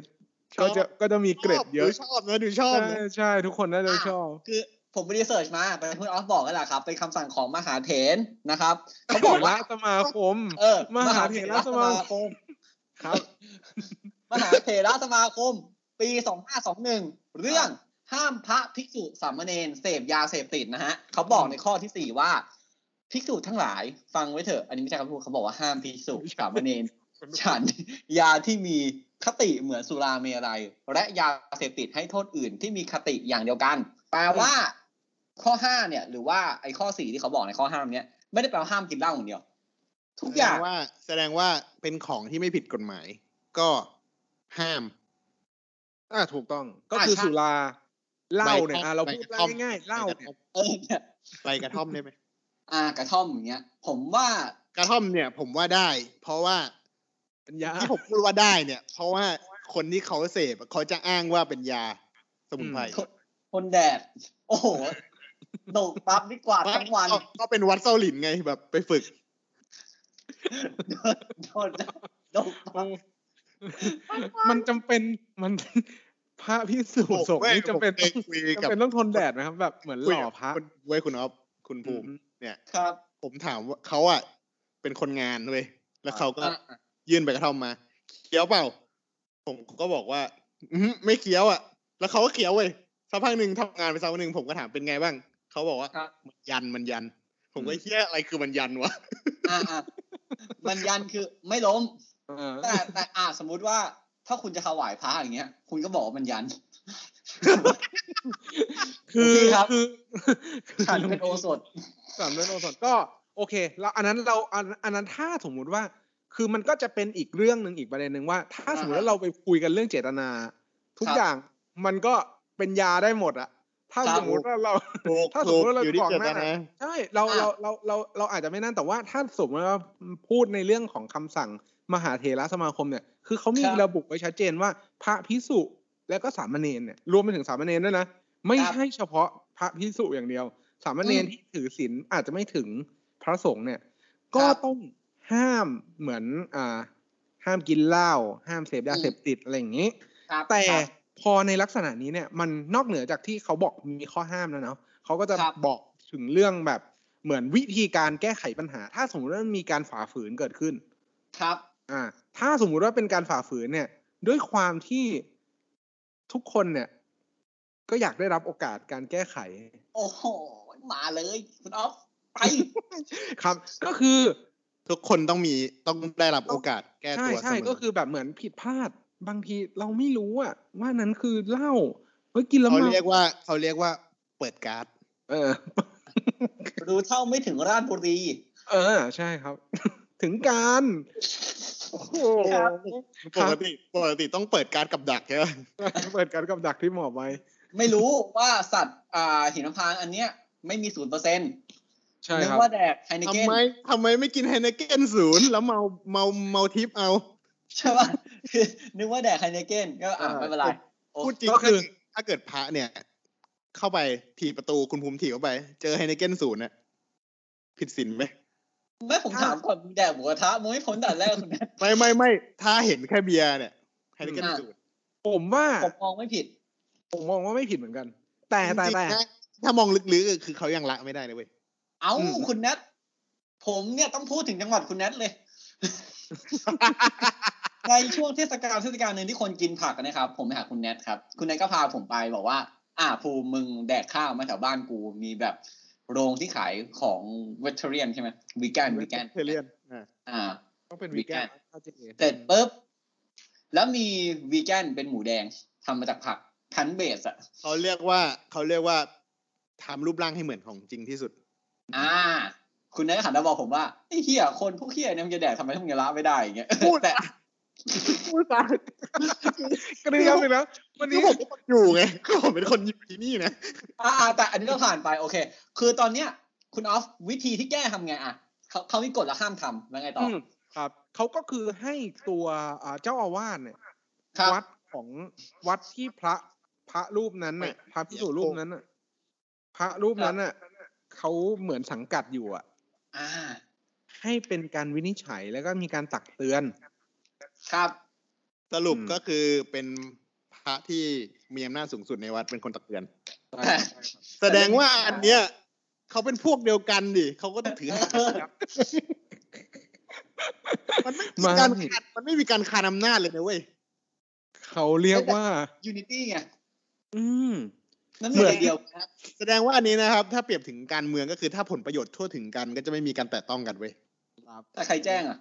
D: ก็จะก็จะมีเกร็ดเยอะ
F: ดูชอบนะดูชอบ
D: ใช่
F: นะ
D: ใช่ ทุกคนน่าจะชอบ
E: คือผมไปรีเสิร์ชมาไปพูดออฟบอกกันแหละครับ เป็นคำสั่งของมหาเถรนะครับ เขาบอกว่า
D: สมาคม
E: เออ
D: มหาเถรสมาคม ครับ
E: มหาเถรสมาคม ปี 2521 เรื่องห้ามพระภิกษุสามเณรเสพยาเสพติดนะฮะ เขาบอกในข้อที่ 4 ว่า ภิกษุทั้งหลายฟังไว้เถอะ อันนี้ไม่ใช่คำพูดเขาบอกว่าห้ามภิกษุสามเณ ร ฉันยาที่มีคติเหมือนสุราเมรัย และยาเสพติดให้โทษอื่นที่มีคติอย่างเดียวกัน แปลว่า ข้อห้าเนี่ย หรือว่าไอ้ข้อสี่ที่เขาบอกในข้อห้ามเนี่ยไม่ได้แปลว่าห้ามกินเหล้าอย่างเดียว ทุกอย่าง
F: แสดว่าแสดงว่าเป็นของที่ไม่ผิดกฎหมาย ก็ห้าม
D: อ่าถูกต้อง ก็คือสุราเหล้าเนี่ยอ่ะเราพูดง่ายๆเหล้าเนี่ย
E: เออเนี่ย
F: ใบกระท่อมได้ไหม
E: อ่ากระท่อมอย่างเงี้ย ผมว่าก
F: ระท่อมเนี่ย ผมว่าได้ เพราะว่า
D: เป็นยา
F: ที่ผมพูดว่าได้เนี่ย เพราะว่าคนที่เขาเสพเขาจะอ้างว่าเป็นยาสมุนไพร
E: คนแดด โอ้โหโดกปั๊บดีกว่าดทั้งวัน
F: ก็ก็เป็นวัดเซาหลินไงแบบไปฝึก
E: โดนโดกปั๊บ
D: มันจำเป็นมัน พระพิสุ
F: ผม
D: สงฆ์นี่
F: ไม่
D: จำเป็น
F: ผมเคยคุยกั
D: จำ
F: บ
D: เป็นต้องทนแดดไหมครับ แบบเหมือนหล่อพระ
F: คุยกับคุณเว้ยคุณอ๊อฟคุณภูมิ
D: อืม
F: เนี่ย
E: ครับ
F: ผมถามว่าเขาอ่ะเป็นคนงานเว้ยแล้วเขาก็
E: อ่า
F: ยื่นใบกระท่อมมาเคี้ยวเปล่า ผมก็บอกว่า อือหือไม่เคี้ยวอ่ะ แล้วเขาก็เคี้ยวเว้ยสักพักหนึ่งทำงานไปสักพักหนึ่งผมก็ถามเป็นไงบ้างเขาบอกว่า
E: ครับ
F: มันยันมันยัน ผมก็เคี้ยอะไรคือมันยันวะ
E: อ่าอ่ามันยันคือไม่ล้ม
D: เออ
E: แต่แต่อ่าสมมุติว่าถ้าคุณจะถวายพระอย่างเงี้ย คุณก็บอกว่ามันยัน
D: คือ
E: โอเคครับ
D: คือ
E: ฉันเป็นโอสถ
D: สามเดือนโอสถก็โอเค แล้วอันนั้นเราอันอันนั้นถ้าสมมุติว่า คือมันก็จะเป็นอีกเรื่องหนึ่งอีกประเด็นหนึ่งว่า ถ้าสมมติว่าเราไปคุยกันเรื่องเจตนา ทุก
E: ครับ
D: อย่างมันก็เป็นยาได้หมดอะถ้า
E: ครับ
D: สมมติว่าเรา
F: ถูก
D: ถ้าสม
F: ถูก
D: มุติเรา
F: อยู่ที่
D: บอก
F: เจ
D: ห
F: ต
D: น้า
F: นา
D: ใช่เรา
E: อ่ะ
D: เราเราเราเราอาจจะไม่นั่นแต่ว่าถ้าสมมติว่าพูดในเรื่องของคำสั่งมหาเถรสมาคมเนี่ยคือเขามี
E: ครับ
D: ระบุไว้ชัดเจนว่า พระพิสุและก็สามเณรเนี่ยรวมไปถึงสามเณรด้วยนะ ไม่
E: ครับ
D: ใช่เฉพาะพระพิสุอย่างเดียว สามเณร
E: อืม
D: ที่ถือศีลอาจจะไม่ถึงพระสงฆ์เนี่ย ก็
E: ครับ
D: ต้องห้ามเหมือนอ่าห้ามกินเหล้าห้ามเสพยา
E: อืม
D: เสพติดอะไรอย่างนี้
E: ครับ
D: แต่
E: ครับ
D: พอในลักษณะนี้เนี่ยมันนอกเหนือจากที่เขาบอกมีข้อห้ามแล้วเนาะเขาก็จะ
E: ครับ
D: บอกถึงเรื่องแบบเหมือนวิธีการแก้ไขปัญหา ถ้าสมมติว่ามันมีการฝ่าฝืนเกิดขึ้น
E: ครับ
D: อ่า ถ้าสมมุติว่าเป็นการฝ่าฝืนเนี่ย ด้วยความที่ทุกคนเนี่ย ก็อยากได้รับโอกาสการแก้ไข
E: โอ้โหมาเลยคุณออฟไป
D: ครับ ก็คือ
F: ทุกคนต้องมีต้องได้รับโอกาสแก้
D: ใช่
F: ตัวเส
D: ใช่
F: มอ
D: ก็คือแบบเหมือนผิดพลาดบางทีเราไม่รู้อะว่านั้นคือเหล้าเฮ้ยกินแล้ว
F: เขา
D: เมา
F: เรียกว่าเขาเรียกว่าเปิดการ์ด
D: เออ
E: รู้เท่าไม่ถึงราชบุรี
D: เออใช่ครับ ถึงการโอ้โห
E: ครับ
F: ปกติปกติต้องเปิดการดกับดักใช่ไหม
D: เปิดการกับดักที่หมอบไว้
E: ไม่รู้ว่าสัตว์อ่าหินพานต์อันเนี้ยไม่มีศูนย์เปอร์เซ็นต์
D: ใช่
E: นึก
D: ครับ
E: ว่าแดกไฮนิเก
F: ทำ
E: น
F: ไมทำไมไม่กินไฮนเกนศูนย์แล้วเมาเมาเมาทิปเอา
E: ใช่ป่ะคือนึกว่าแดกไฮนิเกนก็อ่า
D: ใช่
E: ไม่เป็นไร โอ้
F: พูดจริง
D: ก็คือ
F: ถ้าถ้าเกิดพระเนี่ย เข้าไปถีบประตูคุณภูมิถีบเข้าไป เจอไฮนเกนศูนย์เนี่ยผิดศีลไหม
E: ไม่ผมถามก่อนมึงแดกหมูกระทะมึงไม่พ้นด่านแรกคุณนะ
F: ไม่ไม่ไม่ถ้าเห็นแค่เบียร์เนี่ยไฮนเกน
E: อ่า
F: ศูนย์
D: ผมว่า
E: ผมมองไม่ผิด
D: ผมมองว่าไม่ผิดเหมือนกัน แต่แต่
F: จริง
D: แต่
F: ๆนะถ้ามองลึกๆคือเขายังละไม่ได้นะเว้ย
E: เอ้า
D: อืม
E: คุณแนทผมเนี่ยต้องพูดถึงจังหวัดคุณแนทเลย ในช่วงเทศกาลเทศกาลหนึ่งที่คนกินผักนะครับ ผมไปหาคุณแนทครับ คุณแนทก็พาผมไปบอกว่า อ่าภูมิมึงแดกข้าวมาแถวบ้านกูมีแบบโรงที่ขายของเวทเทเรียนใช่ไหมวีแกนวีแกน
F: เทเลียนอ่า
E: อ่า
D: ต้องเป็น
E: Vegan
D: วีแกน
E: เสร็จปุ๊บ แล้วมีวีแกนเป็นหมูแดงทำมาจากผักพันเบสอะ
F: เขาเรียกว่าเขาเรียกว่าทำรูปร่างให้เหมือนของจริงที่สุด
E: อ่า คุณแนทหันมาบอกผมว่าไอ้เหี้ยคนพวกเหี้ยเนี่ยมันจะแดกทำไมทั้งยาละไม่ได้อย่างเงี้ย
F: พูด
E: แต่
F: พูดตาย
D: ก็ได้ครับอีกแล้ววัน
F: นี่
D: นี้
F: ผมเป็นคนอยู่ไง ก็ผมเป็นคนอยู่ที่นี่นะ
E: อ่าแต่อันนี้เราผ่านไปโอเค คือตอนเนี้ย คุณออฟวิธีที่แก้ทำไงอ่ะเขาเขามีกฎแล้วห้ามทำแล้วไงต่อ
D: อืมครับเขาก็คือให้ตัวอ่าเจ้าอาวาสเนี่ย
E: ครับ
D: วัดของวัดที่พระพระรูปนั้นน่ะพระพิสุรูปนั้นน่ะพระรูปนั้นน่ะเขาเหมือนสังกัดอยู่อ่ะ
E: อ่า
D: ให้เป็นการวินิจฉัยแล้วก็มีการตักเตือน
E: ครับ
F: สรุป
D: อืม
F: ก็คือเป็นพระที่มีอำนาจสูงสุดในวัดเป็นคนตักเตือน แสดงว่า
E: แต่เรื่อง
F: อันเนี้ยเขาเป็นพวกเดียวกันดิเขาก็ต้องถือหางมันไม่มีการคานมันไม่มีการคานอำนาจเลยนะเว้ย
D: เขาเรียกว่า
E: ยูนิตี้ไง
D: อืม
E: นั่นเหมือนเดียวนะ
F: แสดงว่าอันนี้นะครับ ถ้าเปรียบถึงการเมืองก็คือถ้าผลประโยชน์ทั่วถึงกันก็จะไม่มีการแตะต้องกันเว้ย
E: แต่ใครแจ้งอ่ะ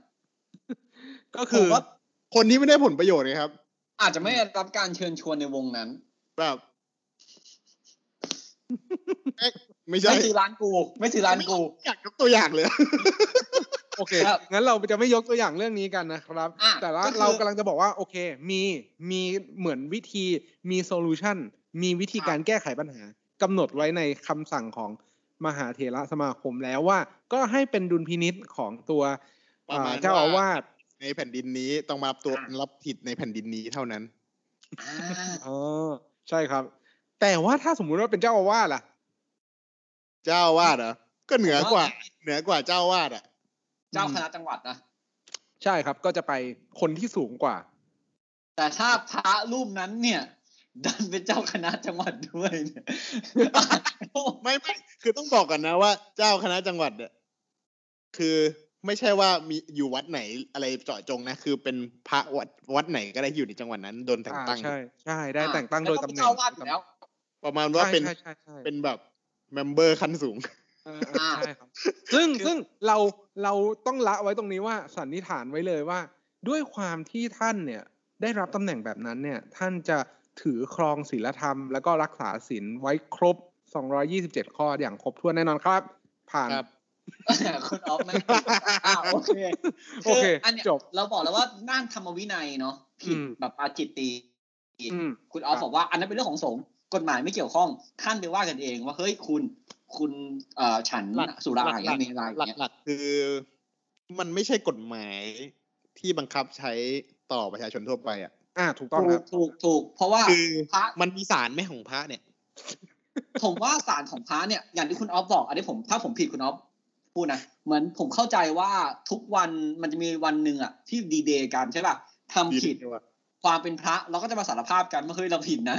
D: ก็คือ
E: ผมว่า
F: คนที่ไม่ได้ผลประโยชน์นะครับ
E: อาจจะไม่ได้รับการเชิญชวนในวงนั้น
F: แบบเอ๊ะไม่ใช่
E: ไม่ซื้อร้านกู ไม่ซื้อร้านกู
F: อยากยกตัวอย่างเลย
D: โอเค
E: ครับ
D: งั้นเราจะไม่ยกตัวอย่างเรื่องนี้กันนะครับ
E: อ่ะ
D: แต่ว่า
E: ก็คือ
D: เรากำลังจะบอกว่าโอเค มีมีเหมือนวิธีมีโซลูชันมีวิธีการแก้ไขปัญหากำหนดไว้ในคำสั่งของมหาเถระสมาคมแล้วว่า ก็ให้เป็นดุลพินิษของตัว
F: ประมาณ
D: อ่าเจ้าอา
F: ว่า
D: วาส
F: ในแผ่นดินนี้ต้องมารับตัว
E: อ่ะ
F: รับผิดในแผ่นดินนี้เท่านั้น
E: อ่า
D: อ๋อใช่ครับ แต่ว่าถ้าสมมุติว่าเป็นเจ้าอาวาสล่ะ
F: เจ้าอาวาดเหรอก็เหนือกว่า เหนือกว่าเจ้าอาวาดอ่ะ
E: เจ้าคณะจังหวัดนะ
D: ใช่ครับ ก็จะไปคนที่สูงกว่า
E: แต่ถ้าพระรูปนั้นเนี่ย ดันเป็นเจ้าคณะจังหวัดด้วยเนี่ย
F: ไม่ไม่คือต้องบอกก่อนนะว่า เจ้าคณะจังหวัดเนี่ยคือไม่ใช่ว่ามีอยู่วัดไหนอะไรเจาะจงนะ คือเป็นพระวัดวัดไหนก็ได้ที่อยู่ในจังหวัดนั้นโดนแต่ง
D: อ่า
F: ตั้ง
D: ใช่ใช่ได้แต่งตั้งโดยตำแหน่ง
E: เจ้าอาวาดอยู่แล้ว
F: ประมาณว่าเป็น
D: ใช่ใช่ใช่ใช่
F: เป็นแบบเมมเบอร์ขั้นสูง
D: เออเออใช่ครับ ซึ่งซึ่งเราเราต้องละไว้ตรงนี้ว่าสันนิษฐานไว้เลยว่า ด้วยความที่ท่านเนี่ยได้รับตำแหน่งแบบนั้นเนี่ยท่านจะถือครองศีลธรรม แล้วก็รักษาศีลไว้ครบ 227 ข้ออย่างครบถ้วนแน่นอนครับ ผ่าน
F: ครับ
E: คุณออฟไม่อ้าวโอเค
D: โอเค
E: คืออันเนี้ย
D: จบ
E: เราบอกแล้วว่านั่งธรรมวินัยเนาะผิด
D: อืม
E: แบบปาจิตตี
D: อืม
E: คุณออฟ
D: ครับ
E: บอกว่าอันนั้นเป็นเรื่องของสงฆ์กฎหมายไม่เกี่ยวข้องท่านไปว่ากันเองว่าเฮ้ยคุณคุณเอ่อฉัน
F: หลัก
E: สุรา
F: หลัก
E: อย่างเมรัย
F: หลัก
E: เนี่ย
F: หลักคือมันไม่ใช่กฎหมายที่บังคับใช้ต่อประชาชนทั่วไปอ่ะ
D: อ่าถูกต้อง
E: ถู
D: ครั
E: ก
D: บ
E: ถูกถูกเพราะว่า
F: คือ
E: พระ
F: มันมีสารไหมของพระเนี่ย
E: ผมว่าสารของพระเนี่ยอย่างที่คุณออฟบอก อันนี้ผมถ้าผมผิดคุณออฟพูดนะเหมือนผมเข้าใจว่าทุกวันมันจะมีวันหนึ่งอะที่ดีเดย์กันใช่ป่ะทำผิด
F: ดีเดย์ว่ะ
E: ความเป็นพระเราก็จะมาสารภาพกันว่าเฮ้ยเราผิดนะ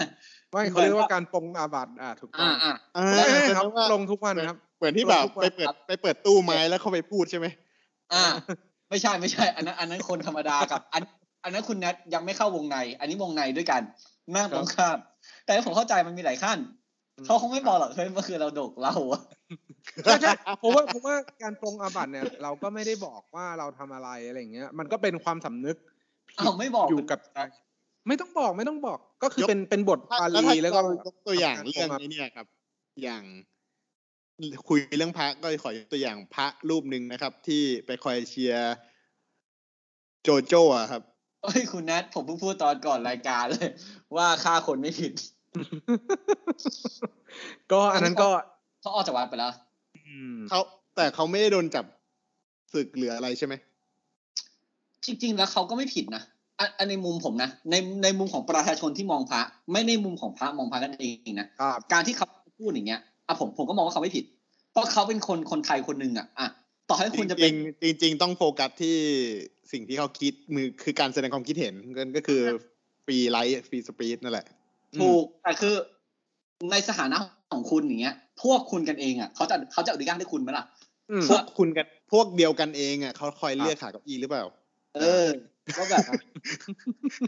D: ไม่เขาเรียกว่าการปรงอาบัติอ่าถูกต้อ
E: อ่าง อ่า
F: อ่า
D: ไม่ไม่ครับ
F: แสดงว่า
D: ลงทุกวันครับ
F: เหมือนที่แบบ
D: ลงทุกวั
F: ไป
D: น
F: เปิด
E: ครับ
F: ไปเปิดตู้ไม้แล้วเข้าไปพูดใช่ไหม
E: อ่า ไม่ใช่ไม่ใช่ อันนั้นอันนั้นคนธรรมดากับ อัน อันนั้นคุณแนทยังไม่เข้าวงใน อันนี้วงในด้วยกันนั่งตรงข้ามแต่ผมเข้าใจมันมีหลายขั้นเขาคงไม่บอกหรอกเฮ้ยมันคือเราดกเราอะ
D: ใช่ใช่เพราะว่าเพราะว่าการปรงอาบัติเนี่ย เราก็ไม่ได้บอกว่าเราทำอะไรอะไรอย่างเงี้ย มันก็เป็นความสำนึกผิด
E: เอาไม่บอก
D: อยู่กับใจไม่ต้องบอกไม่ต้องบอกก็คือย
F: ก
D: เป็นเป็นบท
F: ถ้า
D: ปา
F: แล้ว
D: ลี
F: ถ้า
D: แล้วก็
F: เรายกตัวอย่าง
D: ทำการ
F: เรื่อง
D: ปรงอาบัติ
F: นี้เนี่ยครับ อย่างคุยเรื่องพระก็ขอยกตัวอย่างพระรูปหนึ่งนะครับ ที่ไปคอยเชียร์โจโจ้อะครับ
E: เฮ้ยคุณแนทผมเพิ่งพูดตอนก่อนรายการเลย ว่าฆ่าคนไม่ผิด
D: ก็อันนั้นก็
E: เขาออกจากวัดไปแล้ว
D: อืม
F: เขาแต่เขาไม่ได้โดนจับศึกเหลืออะไรใช่ไหม
E: จริง ๆ แล้วเขาก็ไม่ผิดนะอันอันในมุมผมนะในในมุมของประชาชนที่มองพระ ไม่ในมุมของพระมองพระกันเองนะ
D: ครับ
E: การที่เขาพูดอย่างเงี้ยอ่ะผมผมก็มองว่าเขาไม่ผิด เพราะเขาเป็นคนคนไทยคนหนึ่งอ่ะอ่ะต่อให้คุณจะเป็น
F: จริงๆจริง ๆ ต้องโฟกัสที่สิ่งที่เขาคิดมือคือการแสดงความคิดเห็นนั่นก็คือฟรีไลท์ฟรีสปีดนั่นแหละ
E: ถูกแต่คือในสถานะของคุณอย่างเงี้ย พวกคุณกันเองอ่ะเขาจะเขาจะอนุญาตให้คุณไหมล่ะ
D: อืม
F: พวกคุณกันพวกเดียวกันเองอ่ะเขาคอยเลือกขาเกับอีหรือเปล่า
E: เออก็แบบอ่ะ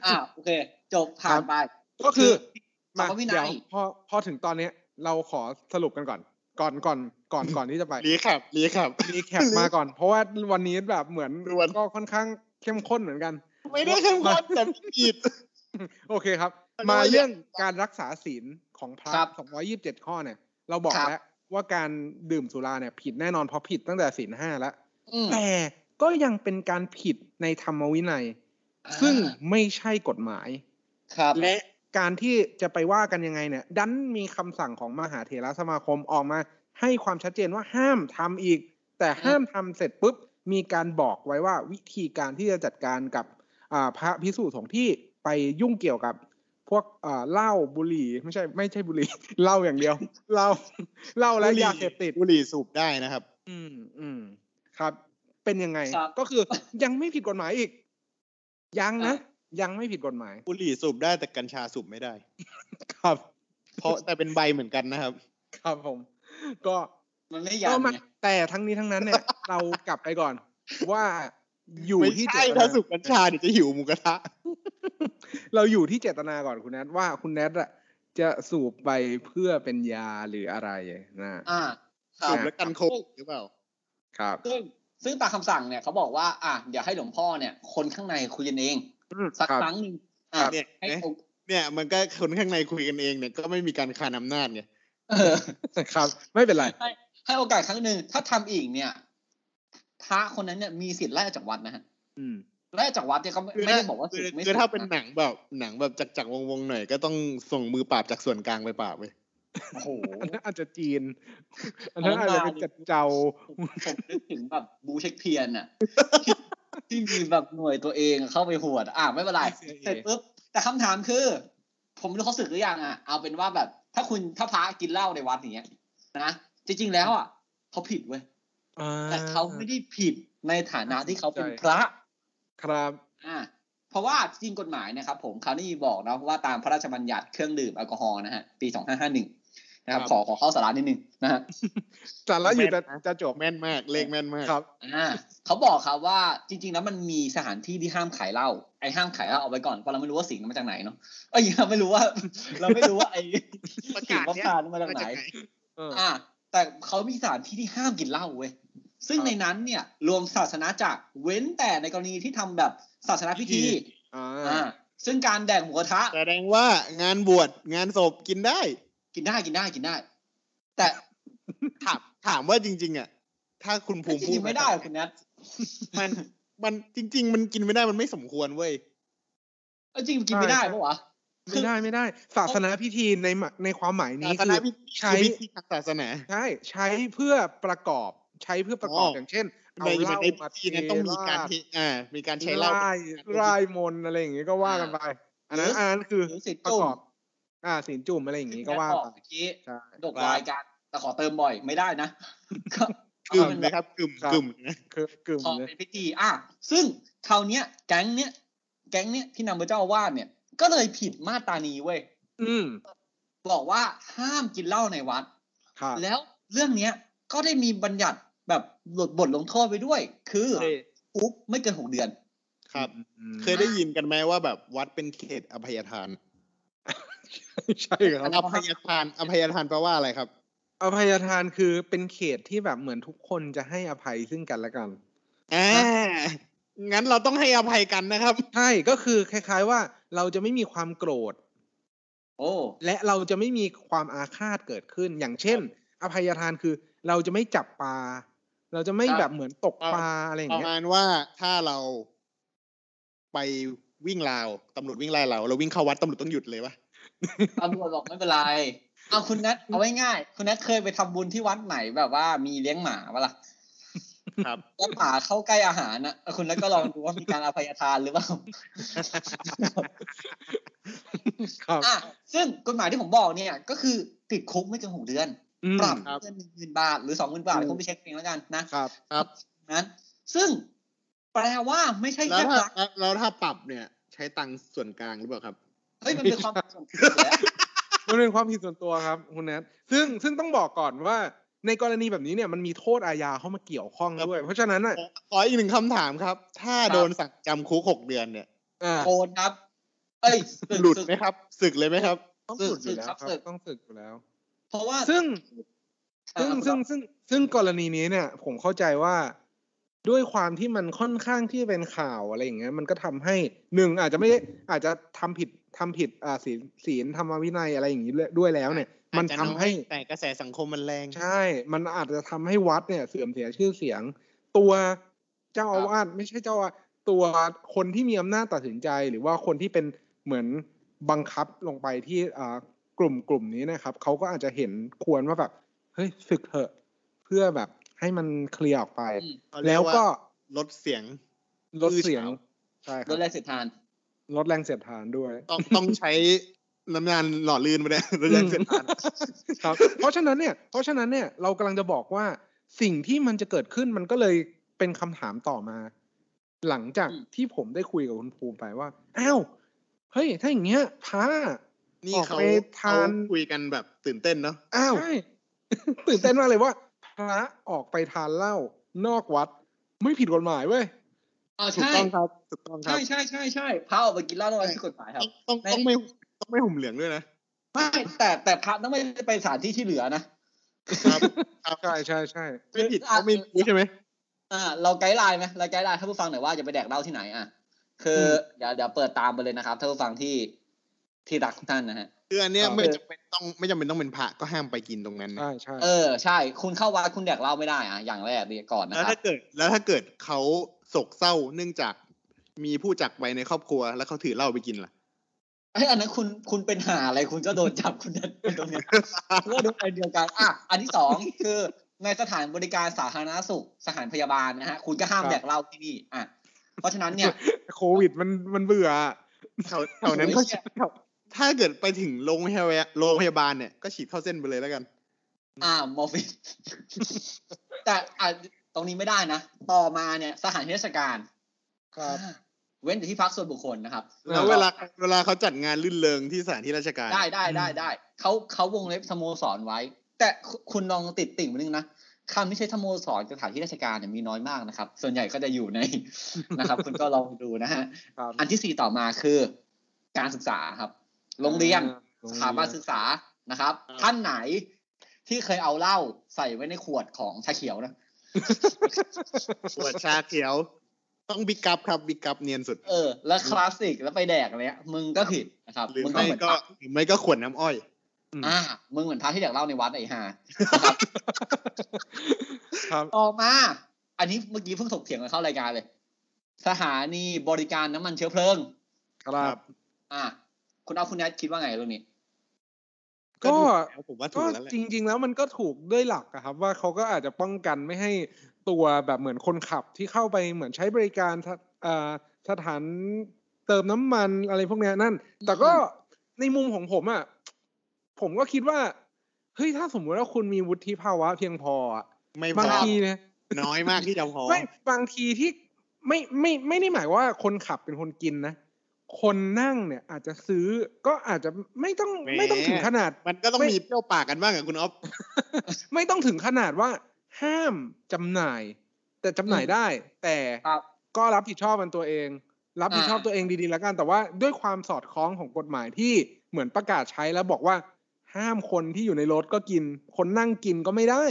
E: อ่ะโอเค จบผ่านไป
D: ก็คือมา
E: เขาก็วินัย
D: เดี๋ยวพอพอถึงตอนเนี้ย เราขอสรุปกันก่อน ก่อนก่อนก่อนก่อนที่จะไป
F: รีครับรีครับ
D: รีแคปมาก่อน เพราะว่าวันนี้แบบเหมือน
F: ด่วน
D: ก็ค่อนข้างเข้มข้นเหมือนกัน
F: ไม่ได้เข้มข้นแต่ผิด
D: โอเคครับ
F: แล้วก็
D: มา
F: ว่า
D: เรื่องการรักษาศีลของพระ
E: ครับ
D: 227 ข้อเนี่ย เราบอก
E: ครับ
D: แล้วว่าการดื่มสุราเนี่ยผิดแน่นอนเพราะผิดตั้งแต่ศีลห้าแล้ว
E: อืม
D: แต่ก็ยังเป็นการผิดในธรรมวินัย ซึ่งไม่ใช่กฎหมาย
E: ครับ
D: และการที่จะไปว่ากันยังไงเนี่ย ดันมีคำสั่งของมหาเถรสมาคมออกมา ให้ความชัดเจนว่าห้ามทำอีก แต่ห้ามทำเสร็จปุ๊บ มีการบอกไว้ว่าวิธีการที่จะจัดการกับอ่าพระพิสุสงฆ์ที่ไปยุ่งเกี่ยวกับ พวกอ่าเหล้าบุหรี่ไม่ใช่ไม่ใช่บุหรี่ เหล้าอย่างเดียวเหล้าเหล้าและยาเสพติด
F: บุหรี่สูบได้นะครับ
D: อืมอืมครับ เป็นยังไง
E: ครับ
D: ก็คือยังไม่ผิดกฎหมายอีก ยังนะ ยังไม่ผิดกฎหมาย
F: บุหรี่สูบได้แต่กัญชาสูบไม่ได้
D: ครับ
F: เพราะแต่เป็นใบเหมือนกันนะครับ
D: ครับผม ก็
E: มันไม่ยั
D: ก็
E: น
D: มา
E: ไง
D: แต่ทั้งนี้ทั้งนั้นเนี่ย เรากลับไปก่อน ว่าอยู่
F: ไม่
D: ที่เจ
F: ใช่
D: ตนา
F: ถ้าสูบกัญชาเดี๋ยวจะหิวหมูกระทะ
D: เราอยู่ที่เจตนาก่อนคุณแนทว่าคุณแนทอะจะสูบไปเพื่อเป็นยาหรืออะไรนะ
E: อ่าครั
F: สู
E: บ
F: บแล้วกันโคกหรือเปล่า
D: ครับ
E: ซึ่งซึ่งตามคำสั่งเนี่ยเขาบอกว่า อ่ะเดี๋ยวให้หลวงพ่อเนี่ย คนข้างในคุยกันเอง
D: อืม
E: สัก
D: ครับ
E: ครั้งหนึ่งอ่ะ
F: ครับเนี่ย
E: ให้
F: เนี่ย
E: เขา
F: เนี่ยมันก็คนข้างในคุยกันเองเนี่ยก็ไม่มีการคานอำนาจไง
E: เออ
D: ครับ ไม่เป็นไร
E: ให้โอกาสครั้งหนึ่งถ้าทำอีกเนี่ยพระคนนั้นเนี่ยมีสิทธิ์ไล่ออกจากวัดนะฮะ
D: อืม
E: ไล่ออกจากวัดเนี่ยก็ไม่
F: คือ
E: ไม่ได้บอกว่า
F: คื
E: สึกไม่
F: คือ
E: สึก
F: ถ้าเป็น
E: นะ
F: หนังแบบหนังแบบจักจักวงวงๆหน่อยก็ต้องส่งมือปราบจากส่วนกลางไปปราบเว้ย
E: โอ้โห
D: อันนั้นอาจจะจีน อันนั้นอาจจะเป็นจัดเจ้า
E: ผมผมนึกถึงแบบบูเช็คเพียนอะที่ ที่มีแบบหน่วยตัวเองเข้าไปหวด อ่ะไม่เป็นไร
D: CIA
E: เสร็จปุ๊บแต่คำถามคือ ผมไม่รู้เขาสึกหรือยังอ่ะ เอาเป็นว่าแบบ ถ้าคุณถ้าพระกินเหล้าในวัดอย่างเงี้ยนะจริง ๆ แล้วอ่ะเขาผิดเว้ย
D: อ่
E: แต่เขาไม่ได้ผิดในฐานะที่เขาเป็นพระ
D: ครับ
E: อ่าเพราะว่าจริงกฎหมายนะครับผมคราวนี้บอกนะว่าตามพระราชบัญญัติเครื่องดื่มแอลกอฮอล์นะฮะปี 2551 นะครับ ขอขอเข้าสาระนิดนึงนะฮะ
D: สาระอยู่แต่จะจบ
F: แม่นมากเลขแม่นมาก
D: ครับ
E: อ่าเขาบอกครับว่าจริง ๆ แล้วมันมีสถานที่ที่ห้ามขายเหล้าไอ้ห้ามขายเหล้าเอาไว้ก่อนเพราะเราไม่รู้ว่าสิ่งนั้นมาจากไหนเนาะเอ้ยเราไม่รู้ว่า เราไม่รู้ว่า ไอ้สิ่งมะพร้าวนั้นมาจากไหน
F: มจก
E: อ่า แต่เขามีสถานที่ที่ห้ามกินเหล้าเว้ย ซึ่ง
B: ครับ
E: ในนั้นเนี่ยรวมศาสนาจักรเว้นแต่ในกรณีที่ทำแบบศาสนาพิธี
D: อ่า
E: อ่าซึ่งการแดกหมูกระทะ
F: แสดงว่างานบวชงานศพกินได้
E: กินได้กินได้กินได้ แต่
F: ถามถามว่าจริง ๆ อ่ะ ถ้าคุณภูมิพู
E: กิ
F: ด
E: นไม่ได้หรอกคุณนัท
F: มัน มันจริง ๆ มันกินไม่ได้มันไม่สมควรเว้ย
E: เอ้ยจริงกินไม่ได้ปะวะ
D: ไม่ได้ไม่ได้ ศาสนาพิธีในหมายในความหมายนี้
F: ศาส
D: คื
F: นา
D: อ
F: พิธี
D: ใช้
F: คือพิธีทางศาสนา
D: ใช่ใช้เพื่อประกอบใช้เพื่อประกอบ
F: อ๋อ
D: อ
F: อ
D: ย่างเช่นเอา
F: ใน
D: เหล้า
F: ใน
D: มา
F: พิธี
D: เที
F: นั้นต้องมีการที่อ่า มีการใช้เหล้า
D: ไล่ไล่มนต์อะไรอย่างงี้ก็ว่ากันไป อันนั้น
E: หรืออั
D: อันนั้นคือ
E: หรือสิทธิ์
D: ประ
E: จุ่
D: ก
E: ม
D: อบ อ่าศีลจุ่มอะไรอย่างงี้ก็ว่า
E: บอก
D: ไป
E: เมื่อกี้
D: ใช่
E: ดกวายกันแต่ขอเติมบ่อยไม่ได้นะ ก็
F: กึ่ม
E: เอาเป็น
F: นะครับกึ่มกึ่มนะ
D: คือกลุ่ม
E: ทอง
D: เลย
E: เป็นพิธีอ่ะซึ่งคราวเนี้ยแก๊งเนี้ยแก๊งเนี้ยที่นำมาเจ้าอาวาสเนี่ย ก็เลยผิดมาตรานี้เว้ย
D: อืม
E: บอกว่าห้ามกินเหล้าในวัด
D: ครับ
E: แล้วเรื่องเนี้ยก็ได้มีบัญญัติแบบบทบทลงโทษไปด้วย คือคุกไม่เกินหกเดือน
F: ครับ
D: อืม
F: เคยได้ยินกันไหมว่าแบบวัดเป็นเขตอภัยทาน
D: ใช่ครับ
F: อภัยทาน อภัยทานแปลว่าอะไรครับ
D: อภัยทานคือเป็นเขตที่แบบเหมือนทุกคนจะให้อภัยซึ่งกันและกัน
F: อ่า งั้นเราต้องให้อภัยกันนะครับ
D: ใช่ก็คือคล้าย ๆ ว่าเราจะไม่มีความโกรธ
E: โอ้
D: และเราจะไม่มีความอาฆาตเกิดขึ้น อย่างเช่น อภัยทานคือเราจะไม่จับปลา เราจะไม่
F: ครับ
D: แบบเหมือนตกปลาอะไรอย่า
F: ป
D: ง
F: ระ
D: เงี้
F: มาย ณว่าถ้าเราไปวิ่งราวตำรวจวิ่งไล่เรา เราวิ่งเข้าวัดตำรวจต้องหยุดเลยวะ
E: ตำรวจบอกไม่เป็นไรเอาคุณนัทเอาไว้ง่ายคุณนัทเคยไปทำบุญที่วัดไหนแบบว่ามีเลี้ยงหมาปะล่ะ
F: ครับ
E: แล้วหมาเข้าใกล้อาหารนะคุณนัทก็ลองดูว่ามีการอภัยทานหรือเปล่า
D: ครับ
E: อ่ะซึ่งกฎหมายที่ผมบอกเนี่ยก็คือติดคุกไม่เกินหกเดือน
D: อืม
E: ปรับ
F: ครับ
E: เกินหนึ่งหมื่นบาทหรือสองหมื่นบาท
D: อืม
E: คุณไปเช็คเองแล้วกันนะครับ
F: ครับ
E: นั้นซึ่งแปลว่าไม่ใช่
F: แล้ว
E: แค่
F: ถ้า
E: ปรับ
F: แล้วแล้วถ้าปรับเนี่ย ใช้ตังค์ส่วนกลางหรือเปล่าครับ
E: เฮ้ยมันเป็นความผิดส่วนตัวอยู่แล้ว
D: มันเป็นความผิดส่วนตัวครับคุณแนทซึ่งซึ่งต้องบอกก่อนว่า ในกรณีแบบนี้เนี่ยมันมีโทษอาญาเข้ามาเกี่ยวข้อง
F: ครับ
D: ด้วย เพราะฉะนั้นอ่ะ
F: ขอขออีกหนึ่งคำถามครับ ถ้าโดนสั่งจำคุกหกเดือนเนี่ย
D: อ่า
E: โกนครับ เอ้ยศึก
F: หลุด
E: ศึก
F: ไหมครับศึกเลยไหมครับ
D: ต้อง
E: ศึ
D: สึ
E: ก
D: กอยู่แล้ว
E: ครับ
D: ครับ
E: ศึก
D: ต้องสึกอยู่แล้ว
E: เพราะว่า
D: ซึ่ง ซึ่ง
E: อ่า
D: ซึ่งซึ่งซึ่งกรณีนี้เนี่ย ผมเข้าใจว่าด้วยความที่มันค่อนข้างที่เป็นข่าวอะไรอย่างเงี้ยมันก็ทำให้หนึ่งอาจจะไม่ได้อาจจะทำผิดทำผิดอ่าศีลศีลธรรมวินัยอะไรอย่างนี้ด้วยแล้วเนี่ย มันทำให้
F: อาจจะน้อยแต่กระแสสังคมมันแรง
D: ใช่ มันอาจจะทำให้วัดเนี่ย เสื่อมเสียชื่อเสียง ตัวเจ้าอาวาสไม่ใช่เจ้าอาวาสตัวคนที่มีอำนาจตัดสินใจ หรือว่าคนที่เป็นเหมือนบังคับลงไปที่อ่ากลุ่มกลุ่มนี้นะครับเขาก็อาจจะเห็นควรว่าแบบ เฮ้ยฝึกเถอะ เพื่อแบบให้มันเคลียร์ออกไป
E: อืม
F: เขาเรีย
D: แล้วก็
F: ลดเสียง
D: ลดเสียง
F: อื้อ
D: ใช่ค
E: ล
D: รับ
E: ดแรงเสียดทาน
D: ลดแรงเสียดทานด้วย
F: ต้องต้องใช้ น้ำยานหล่อลื่นไป เนี่ยแล้วยังเสียทาน
D: ครับเพราะฉะนั้นเนี่ยเพราะฉะนั้นเนี่ยเรากำลังจะบอกว่าสิ่งที่มันจะเกิดขึ้นมันก็เลยเป็นคำถามต่อมา หลังจาก
E: อืม
D: ที่ผมได้คุยกับคุณภูมิไปว่าอ้าวเฮ้ยถ้าอย่างเงี้ยพระ
F: นี่
D: ออก
F: เขา
D: ไปทาน
F: เขคุยกันแบบตื่นเต้นเนาะ
D: อ้าวใช่ ตื่นเต้นมากเลยว่า พระออกไปทานเหล้านอกวัด ไม่ผิดกฎหมายเว้ย
E: อ่า
F: ถูก
E: ใช่
F: ต้องครับถูกต้องครั
E: ใช่
F: บ
E: ใช่ใช่ใช่พระออกไปกินเหล้าตอนที่กฎหมายครับ
F: ต้องต้องต้องไม่ต้องไม่ห่มเหลืองด้วยนะ
E: ไม่แต่แต่พระต้องไม่ไปสถานที่ที่เหลือนะ
F: ครับ
D: ใช่ใช่ใช่
F: ไม่ผิดเขาไม่รู้ใช่ไหม
E: อ่าเราไกด์ไลน์ไหมเราไกด์ไลน์ท่านผู้ฟังหน่อยว่าจะไปแดกเหล้าที่ไหนอ่ะคืออเดี๋ยวเดี๋ยวเปิดตามไปเลยนะครับท่านผู้ฟังที่ที่รักทุกท่านนะฮะ
F: คืออันเนี้ย
E: ครับ
F: ไม่จำเป็นต้องไม่จำเป็นต้องเป็นพระก็ห้ามไปกินตรงนั้นนะ
D: ใช่ใช่
E: เออใช่คุณเข้าวัดคุณแดกเหล้าไม่ได้อ่ะอย่างแรกดีก่อนนะ
F: แล้ว
E: ครั
F: ถ้า
E: บ
F: เกิดแล้วถ้าเกิดเขาโศกเศร้าเนื่องจากมีผู้จักไปในครอบครัว แล้วเขาถือเหล้าไปกินล่ะ
E: ไอ้ยอันนั้นคุณคุณเป็นหาอะไรคุณก็โดนจับคุณนั่นคุณตรงเนี้ยคุณก็โดนอันเดียวกันอ่ะอันที่สองคือในสถานบริการสาธารณสุขสถานพยาบาลนะฮะคุณก็ห้ามแดกเหล้าที่นี่อ่ะเพราะฉะนั้นเนี่ย
D: โควิดมันมันเบื่ออะ
F: แถวแถวนั้นก็
E: โอ้ยแย่
F: ฉีดแถวถ้าเกิดไปถึงโรงพยาบาลโรงพยาบาลเนี่ยก็ฉีดเข้าเส้นไปเลยแล้วกัน
E: อ่ามอร์ฟิน แต่อ่ะตรงนี้ไม่ได้นะ ต่อมาเนี่ยสถานที่ราชการ
D: ครับ
E: อ่าเว้นแต่ที่พักส่วนบุคคลนะครับ
F: แล้วเวลาเวลาเขาจัดงานลื่นเริงที่สถานที่ราชการ
E: ได้ได้ได้ได้เขาเขาวงเล็บสโมสรไว้ แต่คุคุณลองติดติ่งไปนึงนะคำที่ใช้สโมสรกับสถานที่ราชการเนี่ยมีน้อยมากนะครับ ส่วนใหญ่ก็จะอยู่ใน นะครับ คุณก็ลองดูนะฮะ
D: ครับ
E: อันที่สี่ต่อมาคือการศึกษาครับ โรงเรียน
D: โรงเรียน
E: สถาบันศึกษานะครับ ท่านไหนที่เคยเอาเหล้าใส่ไว้ในขวดของชาเขียวนะ
F: ขวดชาเขียว ต้องบิ๊กกับครับบิ๊กกับเนียนสุด
E: เออ แล้วคลาสสิกแล้วไปแดกอะไรเนี้ยมึงก็ผิดนะครับ
F: หรือ
E: มึงก็
F: ไม่
E: เหมือน
F: ก็
E: พระ
F: หรือไม่ก็ขวดน้ำอ้อย
E: อ่ามึงเหมือนพระที่แดกเหล้าในวัดไอ้ห่า
D: ครับ
E: ต่อมา อันนี้เมื่อกี้เพิ่งถกเถียงกันเข้ารายการเลย สถานีบริการน้ำมันเชื้อเพลิง
D: ครับ
E: อ่ะคุณเอาคุณแนทคิดว่าไงเรื่องนี้
D: ก็
F: ถูแล้วผมว่าถู
D: ก็
F: กแล้วแหละ
D: จริง ๆ แล้วมันก็ถูกด้วยหลักอะครับ ว่าเขาก็อาจจะป้องกันไม่ให้ตัวแบบเหมือนคนขับที่เข้าไปเหมือนใช้บริการทะเอ่อสถานเติมน้ำมันอะไรพวกเนี้ยนั่น แต่ก็ในมุมของผมอะผมก็คิดว่าเฮ้ยถ้าสมมุติว่าคุณมีวุฒิภาวะเพียงพออะ
F: ไม่พ
D: บาง
F: อ
D: ทีเนี่ย
F: น้อยมากที่จะพอ
D: ไม่บางทีที่ไม่ไม่ไม่ได้หมายว่าคนขับเป็นคนกินนะ คนนั่งเนี่ยอาจจะซื้อก็อาจจะไม่ต้อง
F: แหม
D: ไม่ต้องถึงขนาด
F: มันก็ต้อง
D: ไม่
F: มีเปรี้ยวปากกันบ้างอะคุณอ๊อฟ
D: ไม่ต้องถึงขนาดว่าห้ามจำหน่าย แต่จำหน่าย
E: อืม
D: ได้ แต่
E: ครับ
D: ก็รับผิดชอบมันตัวเอง รับผิดชอบ
E: อ่า
D: ตัวเองดีๆแล้วกันแต่ว่าด้วยความสอดคล้องของกฎหมายที่เหมือนประกาศใช้แล้วบอกว่า ห้ามคนที่อยู่ในรถก็กิน คนนั่งกินก็ไม่ได้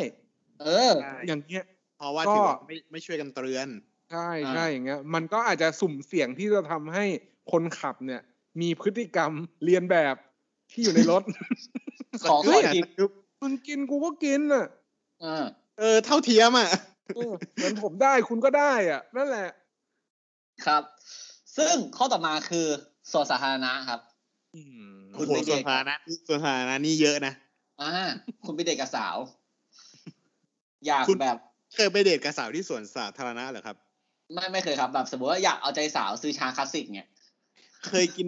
E: เออ
F: ใช่
D: อย่างเงี้ย
F: เพราะว่า
D: ก็
F: ถือว่าไม่ไม่ช่วยกันเตือน
D: ใช่
E: อ่า
D: ใช่อย่างเงี้ยมันก็อาจจะสุ่มเสี่ยงที่จะทำให้คนขับเนี่ย มีพฤติกรรมเรียนแบบที่อยู่ในร ถ
E: ขอขอที
D: มึงกินกูก็กินน่ะ
E: เออ
F: เออเท่าเทียมอ่ะ
D: เออเหมือนผมได้คุณก็ได้อ่ะ นั่นแหละ
E: ครับ ซึ่งข้อต่อมาคือส่วนสาธารณะครับ
F: โอ้โห
E: คุณไม่
F: ส่
E: เด็
F: วน
E: ก
F: สาธารณะส่วนสาธารณะนี่เยอะนะ
E: อ่าคุณไปเด็กกับสาว อยาก
F: คุณ
E: แบบ
F: เคยไปเดทกับสาวที่สวนสาธารณะเหรอครับ
E: ไม่ไม่เคยครับ แบบสมมติว่าอยากเอาใจสาวซื้อชาคลาสสิกเนี่ย
F: เคยกิน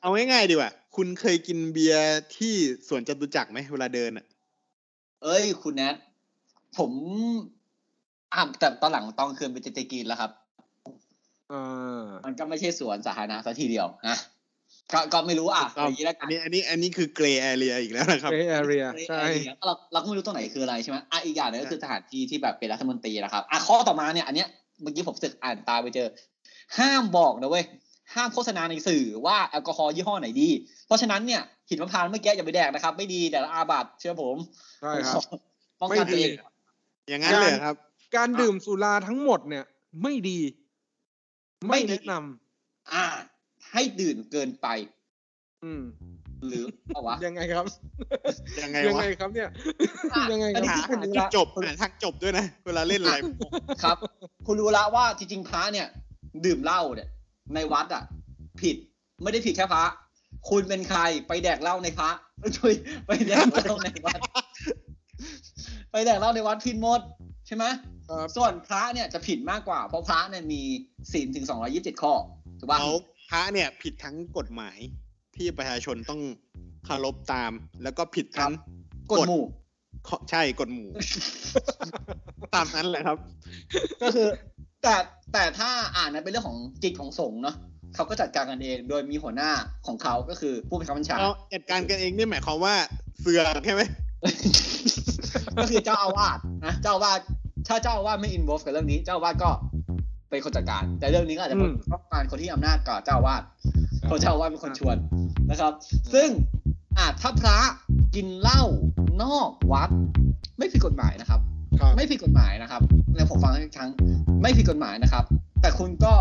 F: เอาง่ายๆดีกว่า คุณเคยกินเบียร์ที่สวนจตุจักรไหมเวลาเดินอ่ะ
E: เอ้ย คุณแนทผมอ่าแต่ตอนหลังตอนคืนไปเจเจกินแล้วครับ
D: อ่า
E: มันก็ไม่ใช่สวนสาธารณะซะทีเดียวนะก็ก็ไม่รู้อ่ะ
F: ครับ
E: อย่างนี้แล้วกั
F: อัน
E: น
F: นี้อันนี้อันนี้คือเกรย์แอเรียอีกแล้วนะครับ
D: gray area ใช่
E: เราเราก็ไม่รู้ตรงไหนคืออะไรใช่ไหมอ่ะอีกอย่างหนึงก็คือสถานที่ที่แบบเป็นรัฐมนตรีนะครับอ่ะข้อต่อมาเนี่ย อันเนี้ยเมื่อกี้ผมสึกอ่านตามไปเจอ ห้ามบอกนะเว้ยห้ามโฆษณาในสื่อว่าแอลกอฮอล์ยี่ห้อไหนดี เพราะฉะนั้นเนี่ยหินมะพร้าวเมื่อกี้อย่าไปแดกนะครับ ไม่ดีแต่ละอาบัตเชื่อผม
D: ใช่ครับ
E: ป้องกันตัวเอง
D: ไม่ดี
F: อย่างนั้นเลยเหรอครับ
D: การดื่มสุราทั้งหมดเนี่ย ไม่ดี ไม่แนะนำ
E: อ่า ให้ดื่มเกินไป
D: อืม
E: หรือเปล่าวะ
D: ยังไงครับ
F: ยังไง
D: ยัง
F: วะ
D: ไงครับเนี่ย
E: อ่ะ
D: ยังไงค
E: นี่
D: รับ
E: คือคุณรู้
F: จุ
E: ละ
F: ดจบอ่ะทางจบด้วยนะ เวลาเล่นอะไร
E: ครับ คุณรู้ละว่าจริงๆพระเนี่ย ดื่มเหล้าเนี่ย ในวัดอ่ะ ผิดไม่ได้ผิดแค่พระ คุณเป็นใครไปแดกเหล้าในพระ ช่วยไปแดกเหล้าในวัด ไปแดกเหล้าในวัดผิดหมดใช่ไหม
D: ครับ
E: ส่วนพระเนี่ยจะผิดมากกว่า เพราะพระเนี่ยมีศีลถึงสองรอยี่สิบเจ็ดข้อถูกป่ะ
F: เขาพระเนี่ยผิดทั้งกฎหมายที่ประชาชนต้องเคารพตาม แล้วก็ผิดทั้ง
E: กฎหมู่
F: ข้อใช่กฎหมู่ ตามนั้นแหละครับ
E: ก็คือ แต่แต่ถ้าอ่านนั้นเป็นเรื่องของจิตของสงฆ์เนาะเขาก็จัดการกันเอง โดยมีหัวหน้าของเขาก็คือผู้บังคับบัญชา
F: เราจัดการกันเองนี่หมายความว่าเสือกใช่ไหม
E: ก็คือเจ้าอาวาสนะเจ้าอาวาสถ้าเจ้าอาวาสไม่อินวอฟกับเรื่องนี้ เจ้าอาวาสก็เป็นคนจัดการ แต่เรื่องนี้ก็อาจจะเป็น
D: อืม
E: ต้องการคนที่อำนาจกับเจ้าอาวาสเพราะเจ้าอาวาสเป็นคนชวนนะครับ ซึ่งอาจถ้าพระกินเหล้านอกวัด ไม่ผิดกฎหมายนะครับ
D: ครับ
E: ไม่ผิดกฎหมายนะครับแล้วผมฟังอีกครั้งไม่ผิดกฎหมายนะครับ แต่คุณก็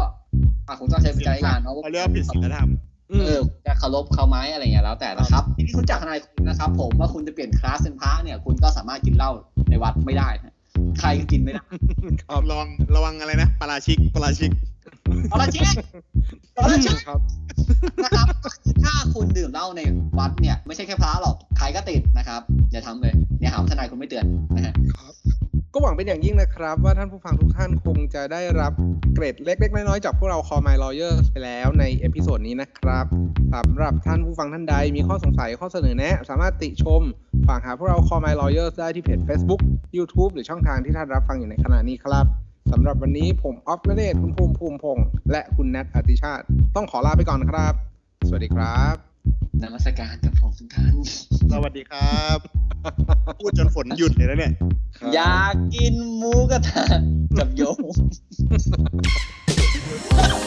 E: อ่ะคุณต้องใช้วิจารณญาณเนาะว่า
F: เขาเรียกว่าผิดศีลธรรม
D: อืม
E: เออจะเคารพเขาไหมอะไรอย่างเงี้ยแล้วแต่นะครับทีนี้คุณจากทนายคุณนะครับ ผมว่าคุณจะเปลี่ยนคลาสเป็นพระเนี่ย คุณก็สามารถกินเหล้าในวัดไม่ได้นะใครก็กินไม่ได้
D: ครับ
F: ลองระวังอะไรนะปาราชิกปาราชิก
E: เอาละเช็คเอาละเช็ค
D: ครับ
E: นะครับถ้าคุณดื่มเหล้าในวัดเนี่ย ไม่ใช่แค่พระหรอกใครก็ติดนะครับอย่าทำเลยเนี่ยครับทนายคุณไม่เตือนนะฮะ
D: ก็หวังเป็นอย่างยิ่งนะครับ ว่าท่านผู้ฟังทุกท่านคงจะได้รับเกรดเล็ก ๆ น้อยๆจากพวกเรา Call My Lawyers ไปแล้วในเอพิโซดนี้นะครับสำหรับท่านผู้ฟังท่านใดมีข้อสงสัยข้อเสนอแนะ สามารถติชม ฝากหาพวกเรา Call My Lawyers ได้ที่เพจ Facebook YouTube หรือช่องทางที่ท่านรับฟังอยู่ในขณะนี้ครับสำหรับวันนี้ผมออฟนเดชน์คุณภูมิภูมิพงษ์และคุณแนทอติชาติ ต้องขอลาไปก่อนครับ สวัสดีครับ
E: นมัสการกับผมทุกท่าน
F: สวัสดีครับ พูดจนฝนหยุดเลยนะเนี่ย
E: อยากกินหมูกระทะกับโยม